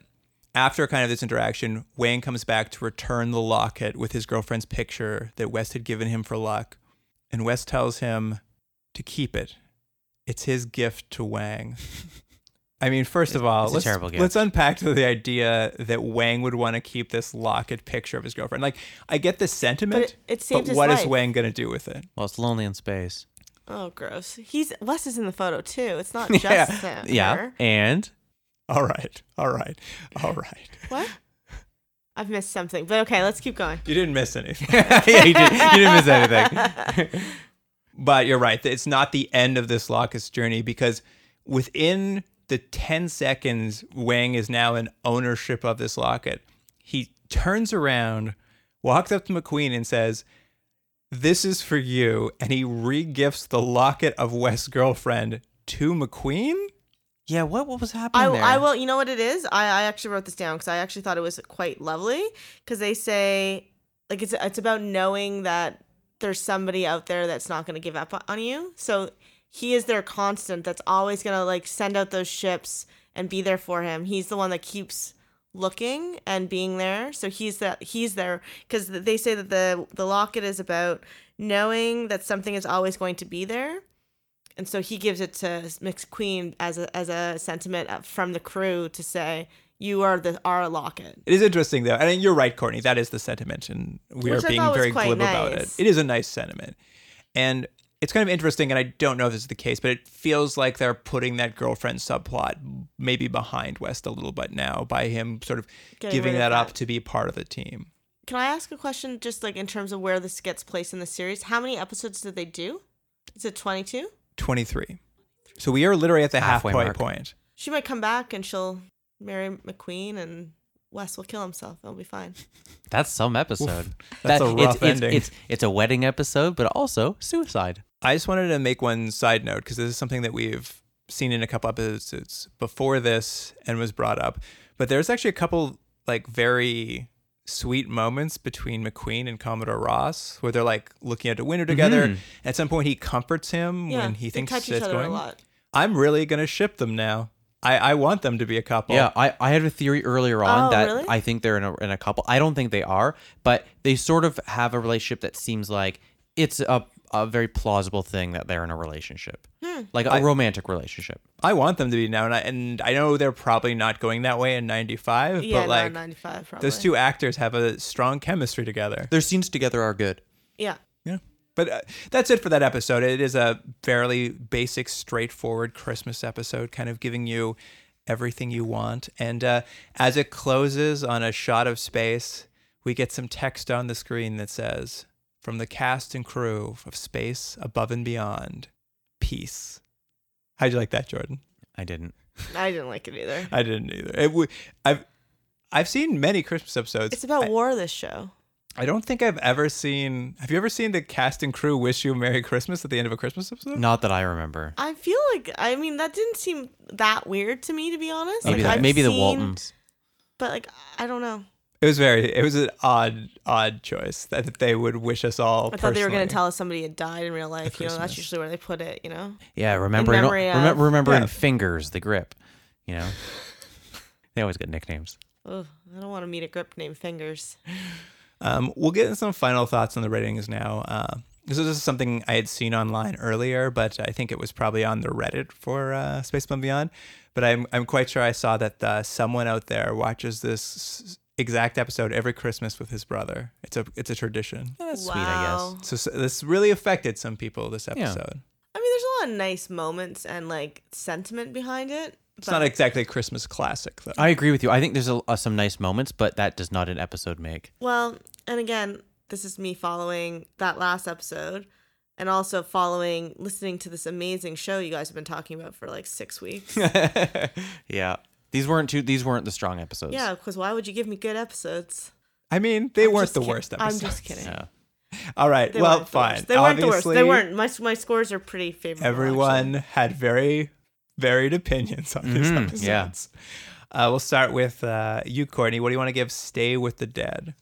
Speaker 1: after kind of this interaction, Wayne comes back to return the locket with his girlfriend's picture that West had given him for luck, and West tells him to keep it. It's his gift to Wang. I mean, first of all,
Speaker 6: It's a
Speaker 1: let's,
Speaker 6: terrible gift.
Speaker 1: let's unpack the idea that Wang would want to keep this locket picture of his girlfriend. Like, I get the sentiment,
Speaker 7: But it- it saved his
Speaker 1: what is
Speaker 7: life.
Speaker 1: Wang going to do with it?
Speaker 6: well, it's lonely in space.
Speaker 7: Oh, gross. He's Wes is in the photo too. It's not just him.
Speaker 6: Yeah.
Speaker 7: her.
Speaker 6: And
Speaker 1: All right, all right, all right.
Speaker 7: What? I've missed something, but okay, let's keep going.
Speaker 1: You didn't miss anything.
Speaker 6: yeah, you, did, you didn't miss anything.
Speaker 1: But you're right. It's not the end of this Locus journey because within the 10 seconds, Wang is now in ownership of this locket. He turns around, walks up to McQueen, and says, This is for you. And he re gifts the locket of West's girlfriend to McQueen.
Speaker 6: Yeah. What what was happening
Speaker 7: I,
Speaker 6: there?
Speaker 7: I will. You know what it is? I, I actually wrote this down because I actually thought it was quite lovely. Because they say, like, it's it's about knowing that there's somebody out there that's not going to give up on you. So he is their constant. That's always going to like send out those ships and be there for him. He's the one that keeps looking and being there. So he's that he's there because they say that the the locket is about knowing that something is always going to be there and so he gives it to McQueen as a as a sentiment of- from the crew to say you are the our locket.
Speaker 1: It is interesting, though. And you're right, Courtney. That is the sentiment. And we
Speaker 7: Which
Speaker 1: are
Speaker 7: I
Speaker 1: being
Speaker 7: thought was
Speaker 1: very
Speaker 7: quite
Speaker 1: glib about it.
Speaker 7: nice.
Speaker 1: It is a nice sentiment. And It's kind of interesting, and I don't know if this is the case, but it feels like they're putting that girlfriend subplot maybe behind West a little bit now by him sort of
Speaker 7: Getting
Speaker 1: giving
Speaker 7: rid
Speaker 1: that
Speaker 7: of
Speaker 1: up
Speaker 7: that.
Speaker 1: to be part of the team.
Speaker 7: Can I ask a question just like in terms of where this gets placed in the series? How many episodes did they do? Is it 22?
Speaker 1: 23. So we are literally at the
Speaker 6: Halfway
Speaker 1: halfway
Speaker 6: mark.
Speaker 1: point.
Speaker 7: She might come back and she'll marry McQueen and Wes will kill himself. It'll be fine.
Speaker 6: That's some episode.
Speaker 1: that's a
Speaker 6: it's-
Speaker 1: rough
Speaker 6: it's,
Speaker 1: ending.
Speaker 6: It's, it's a wedding episode, but also suicide.
Speaker 1: I just wanted to make one side note because this is something that we've seen in a couple episodes before this and was brought up. But there's actually a couple like very sweet moments between McQueen and Commodore Ross where they're like looking out the window together.
Speaker 6: Mhm.
Speaker 1: At some point, he comforts him
Speaker 7: Yeah,
Speaker 1: when he
Speaker 7: they
Speaker 1: thinks
Speaker 7: touch each
Speaker 1: it's
Speaker 7: other a
Speaker 1: going.
Speaker 7: lot.
Speaker 1: I'm really gonna ship them now. I, I want them to be a couple.
Speaker 6: Yeah, I, I had a theory earlier on
Speaker 7: Oh,
Speaker 6: that
Speaker 7: really?
Speaker 6: I think they're in a, in a couple. I don't think they are, but they sort of have a relationship that seems like it's a, a very plausible thing that they're in a relationship,
Speaker 7: Hmm.
Speaker 6: like a
Speaker 1: I-
Speaker 6: romantic relationship.
Speaker 1: I want them to be now, and I, and I know they're probably not going that way in '95,
Speaker 7: Yeah,
Speaker 1: but
Speaker 7: no,
Speaker 1: like
Speaker 7: 95 probably.
Speaker 1: those two actors have a strong chemistry together.
Speaker 6: Their scenes together are good.
Speaker 7: Yeah.
Speaker 1: Yeah. But uh, that's it for that episode. It is a fairly basic, straightforward Christmas episode, kind of giving you everything you want. And uh, as it closes on a shot of space, we get some text on the screen that says, From the cast and crew of Space Above and Beyond, peace. How'd you like that, Jordan?
Speaker 6: I didn't.
Speaker 7: I didn't like it either.
Speaker 1: I didn't either. It w- I've I've seen many Christmas episodes.
Speaker 7: It's about
Speaker 1: I-
Speaker 7: war, this show.
Speaker 1: I don't think I've ever seen. Have you ever seen the cast and crew wish you a Merry Christmas at the end of a Christmas episode?
Speaker 6: Not that I remember.
Speaker 7: I feel like, I mean, that didn't seem that weird to me, to be honest.
Speaker 6: Maybe
Speaker 7: like,
Speaker 6: that,
Speaker 7: I've
Speaker 6: maybe the
Speaker 7: seen-
Speaker 6: Waltons.
Speaker 7: But like, I don't know.
Speaker 1: It was very. It was an odd, odd choice that they would wish us all.
Speaker 7: I thought they were going
Speaker 1: personally.
Speaker 7: to tell us somebody had died in real life. You know, that's
Speaker 1: Christmas.
Speaker 7: usually where they put it, you know?
Speaker 6: Yeah, remembering
Speaker 7: memory
Speaker 6: remem-
Speaker 7: of-
Speaker 6: remembering
Speaker 1: Yeah.
Speaker 6: fingers, the grip. You know, they always get nicknames.
Speaker 7: Ugh, I don't want to meet a grip named Fingers.
Speaker 1: Um, we'll get some final thoughts on the ratings now. Uh, this is something I had seen online earlier, but I think it was probably on the Reddit for uh, Space Above and Beyond. But I'm, I'm quite sure I saw that uh, someone out there watches this s- exact episode every Christmas with his brother. It's a it's a tradition.
Speaker 6: That's sweet, I
Speaker 7: Wow.
Speaker 6: guess.
Speaker 1: So, so this really affected some people. This episode.
Speaker 7: I mean, there's a lot of nice moments and like sentiment behind it.
Speaker 1: It's not exactly a Christmas classic though.
Speaker 6: I agree with you. I think there's a, uh, some nice moments, but that does not an episode make.
Speaker 7: Well, and again, this is me following that last episode and also following listening to this amazing show you guys have been talking about for like six weeks.
Speaker 6: Yeah, these weren't too. These weren't the strong episodes.
Speaker 7: yeah, because why would you give me good episodes?
Speaker 1: I mean, they
Speaker 7: I'm
Speaker 1: weren't
Speaker 7: just
Speaker 1: the
Speaker 7: kid-
Speaker 1: worst
Speaker 7: I'm
Speaker 1: episodes.
Speaker 7: just kidding.
Speaker 6: Yeah.
Speaker 1: All right.
Speaker 7: They
Speaker 1: well,
Speaker 7: weren't the worst.
Speaker 1: fine.
Speaker 7: They weren't the worst. They
Speaker 1: Obviously,
Speaker 7: weren't. My, my scores are pretty favorable.
Speaker 1: Everyone
Speaker 7: actually.
Speaker 1: had very varied opinions on these
Speaker 6: Mhm,
Speaker 1: episodes.
Speaker 6: yeah.
Speaker 1: Uh, we'll start with uh, you, Courtney. What do you want to give Stay with the Dead?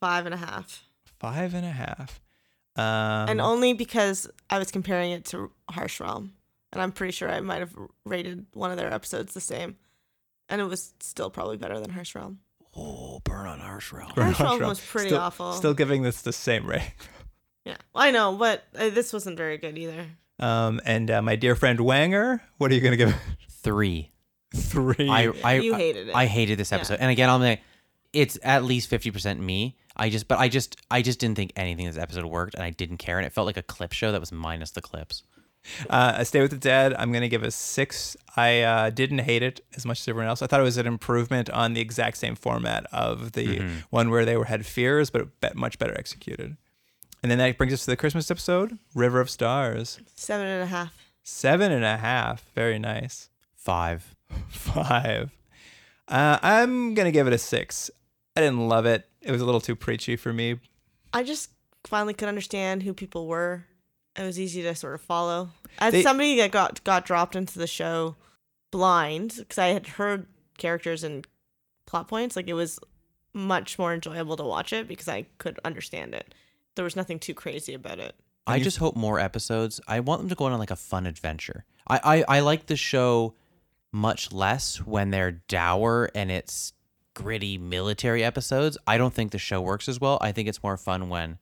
Speaker 7: Five and a half.
Speaker 1: Five and a half. Um,
Speaker 7: and only because I was comparing it to Harsh Realm, and I'm pretty sure I might have rated one of their episodes the same, and it was still probably better than Harsh Realm.
Speaker 6: Oh, burn on harsh realm.
Speaker 7: Harsh Realm was pretty
Speaker 1: still,
Speaker 7: awful.
Speaker 1: Still giving this the same rate.
Speaker 7: Yeah, I know, but uh, this wasn't very good either.
Speaker 1: Um, and uh, my dear friend Wanger, what are you going to give? it?
Speaker 6: Three.
Speaker 1: Three.
Speaker 6: I, I
Speaker 7: You
Speaker 6: I-
Speaker 7: hated it.
Speaker 6: I hated this
Speaker 7: Yeah.
Speaker 6: episode. And again, I'm like, it's at least fifty percent me. I just, but I just, I just didn't think anything in this episode worked, and I didn't care, and it felt like a clip show that was minus the clips.
Speaker 1: Uh, I Stay with the Dead. I'm gonna give a six. I uh, didn't hate it as much as everyone else. I thought it was an improvement on the exact same format of the
Speaker 6: Mm-hmm.
Speaker 1: one where they were had fears, but be- much better executed. And then that brings us to the Christmas episode, River of Stars,
Speaker 7: Seven and a half.
Speaker 1: seven and a half. Very nice.
Speaker 6: Five.
Speaker 1: Five. Uh, I'm gonna give it a six. I didn't love it. It was a little too preachy for me.
Speaker 7: I just finally could understand who people were. It was easy to sort of follow. As
Speaker 1: They-
Speaker 7: somebody that got got dropped into the show blind, because I had heard characters and plot points, like it was much more enjoyable to watch it because I could understand it. There was nothing too crazy about it.
Speaker 6: I just hope more episodes. I want them to go on like a fun adventure. I, I, I like the show much less when they're dour and it's gritty military episodes. I don't think the show works as well. I think it's more fun when,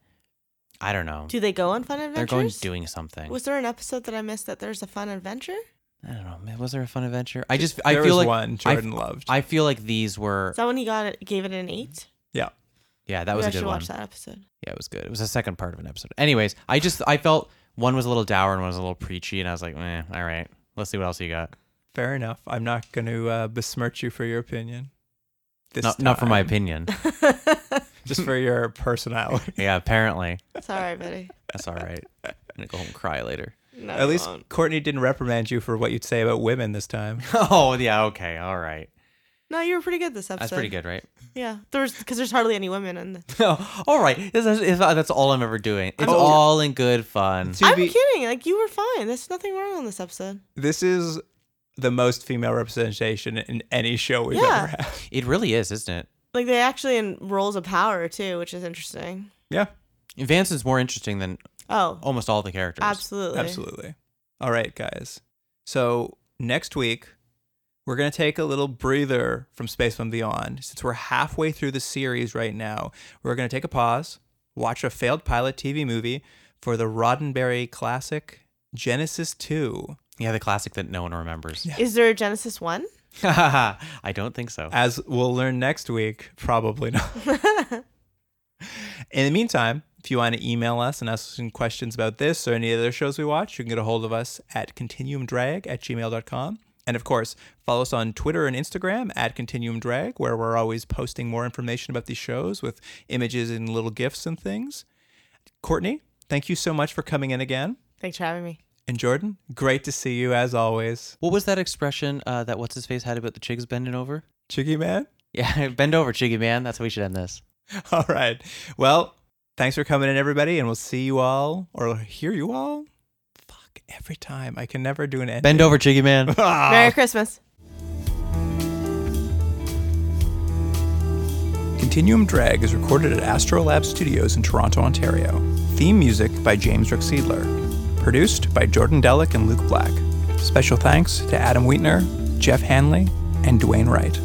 Speaker 6: I don't know,
Speaker 7: Do they go on fun
Speaker 6: they're going
Speaker 7: adventures?
Speaker 6: doing something.
Speaker 7: Was there an episode that I missed that there's a fun adventure?
Speaker 6: I don't know. man, Was there a fun adventure? I just I
Speaker 1: There
Speaker 6: feel
Speaker 1: was
Speaker 6: like
Speaker 1: one
Speaker 6: I-
Speaker 1: Jordan loved.
Speaker 6: I feel like these were
Speaker 7: Is that when he got it, gave it an eight?
Speaker 1: yeah.
Speaker 6: yeah Er Mm-hmm. that was
Speaker 7: Maybe
Speaker 6: a
Speaker 7: I
Speaker 6: good
Speaker 7: should
Speaker 6: one.
Speaker 7: watch that episode.
Speaker 6: Yeah, it was good. It was the second part of an episode. Anyways, I just I felt One was a little dour and one was a little preachy, and I was like, eh, all right, let's see what else you got.
Speaker 1: Fair enough. I'm not going to uh, besmirch you for your opinion. This
Speaker 6: not, not for my
Speaker 1: time.
Speaker 6: opinion.
Speaker 1: Just for your personality.
Speaker 6: yeah, apparently.
Speaker 7: It's all right, buddy.
Speaker 6: That's all right. I'm going to go home and cry later.
Speaker 7: No,
Speaker 1: At least Courtney didn't reprimand you for what you'd say about women this time.
Speaker 6: Oh, yeah, okay, all right.
Speaker 7: No, you were pretty good this episode.
Speaker 6: That's pretty good, right?
Speaker 7: Yeah, there's because there's hardly any women in. The-
Speaker 6: No, all right. It's- it's- it's- uh, that's all I'm ever doing. It's
Speaker 1: Oh.
Speaker 6: all in good fun.
Speaker 1: To
Speaker 7: I'm
Speaker 1: be-
Speaker 7: kidding. Like you were fine. There's nothing wrong on this episode.
Speaker 1: This is the most female representation in any show we've
Speaker 7: Yeah.
Speaker 1: ever had.
Speaker 6: It really is, isn't
Speaker 7: Like they actually in roles of power too, which is interesting.
Speaker 1: Yeah,
Speaker 6: it? Vance is more interesting than
Speaker 7: Oh,
Speaker 6: almost all the characters.
Speaker 7: absolutely.
Speaker 1: absolutely. All right, guys. So next week, we're going to take a little breather from Space from Beyond. Since we're halfway through the series right now, we're going to take a pause, watch a failed pilot TV movie for the Roddenberry classic Genesis 2.
Speaker 6: Yeah, the classic that no one remembers.
Speaker 7: Is there a Genesis one?
Speaker 6: I don't think so.
Speaker 1: As we'll learn next week, probably not. In the meantime, if you want to email us and ask us some questions about this or any other shows we watch, you can get a hold of us at continuumdrag at gmail.com. And of course, follow us on Twitter and Instagram at Continuum Drag, where we're always posting more information about these shows with images and little gifts and things. Courtney, thank you so much for coming in again.
Speaker 7: Thanks for having me.
Speaker 1: And Jordan, great to see you as always.
Speaker 6: What was that expression uh, that what's his face had about the chigs bending over?
Speaker 1: Chiggy Man?
Speaker 6: Yeah, bend over, chiggy man. That's how we should end this.
Speaker 1: All right. Well, thanks for coming in, everybody, and we'll see you all or hear you all. Fuck, every time. I can never do an end. Ah!
Speaker 6: Bend over, chiggy man.
Speaker 7: Merry Christmas.
Speaker 1: Continuum Drag is recorded at Astrolab Studios in Toronto, Ontario. Theme music by James Rickseidler. Produced by Jordan Delic and Luke Black. Special thanks to Adam Wheatner, Jeff Hanley, and Dwayne Wright.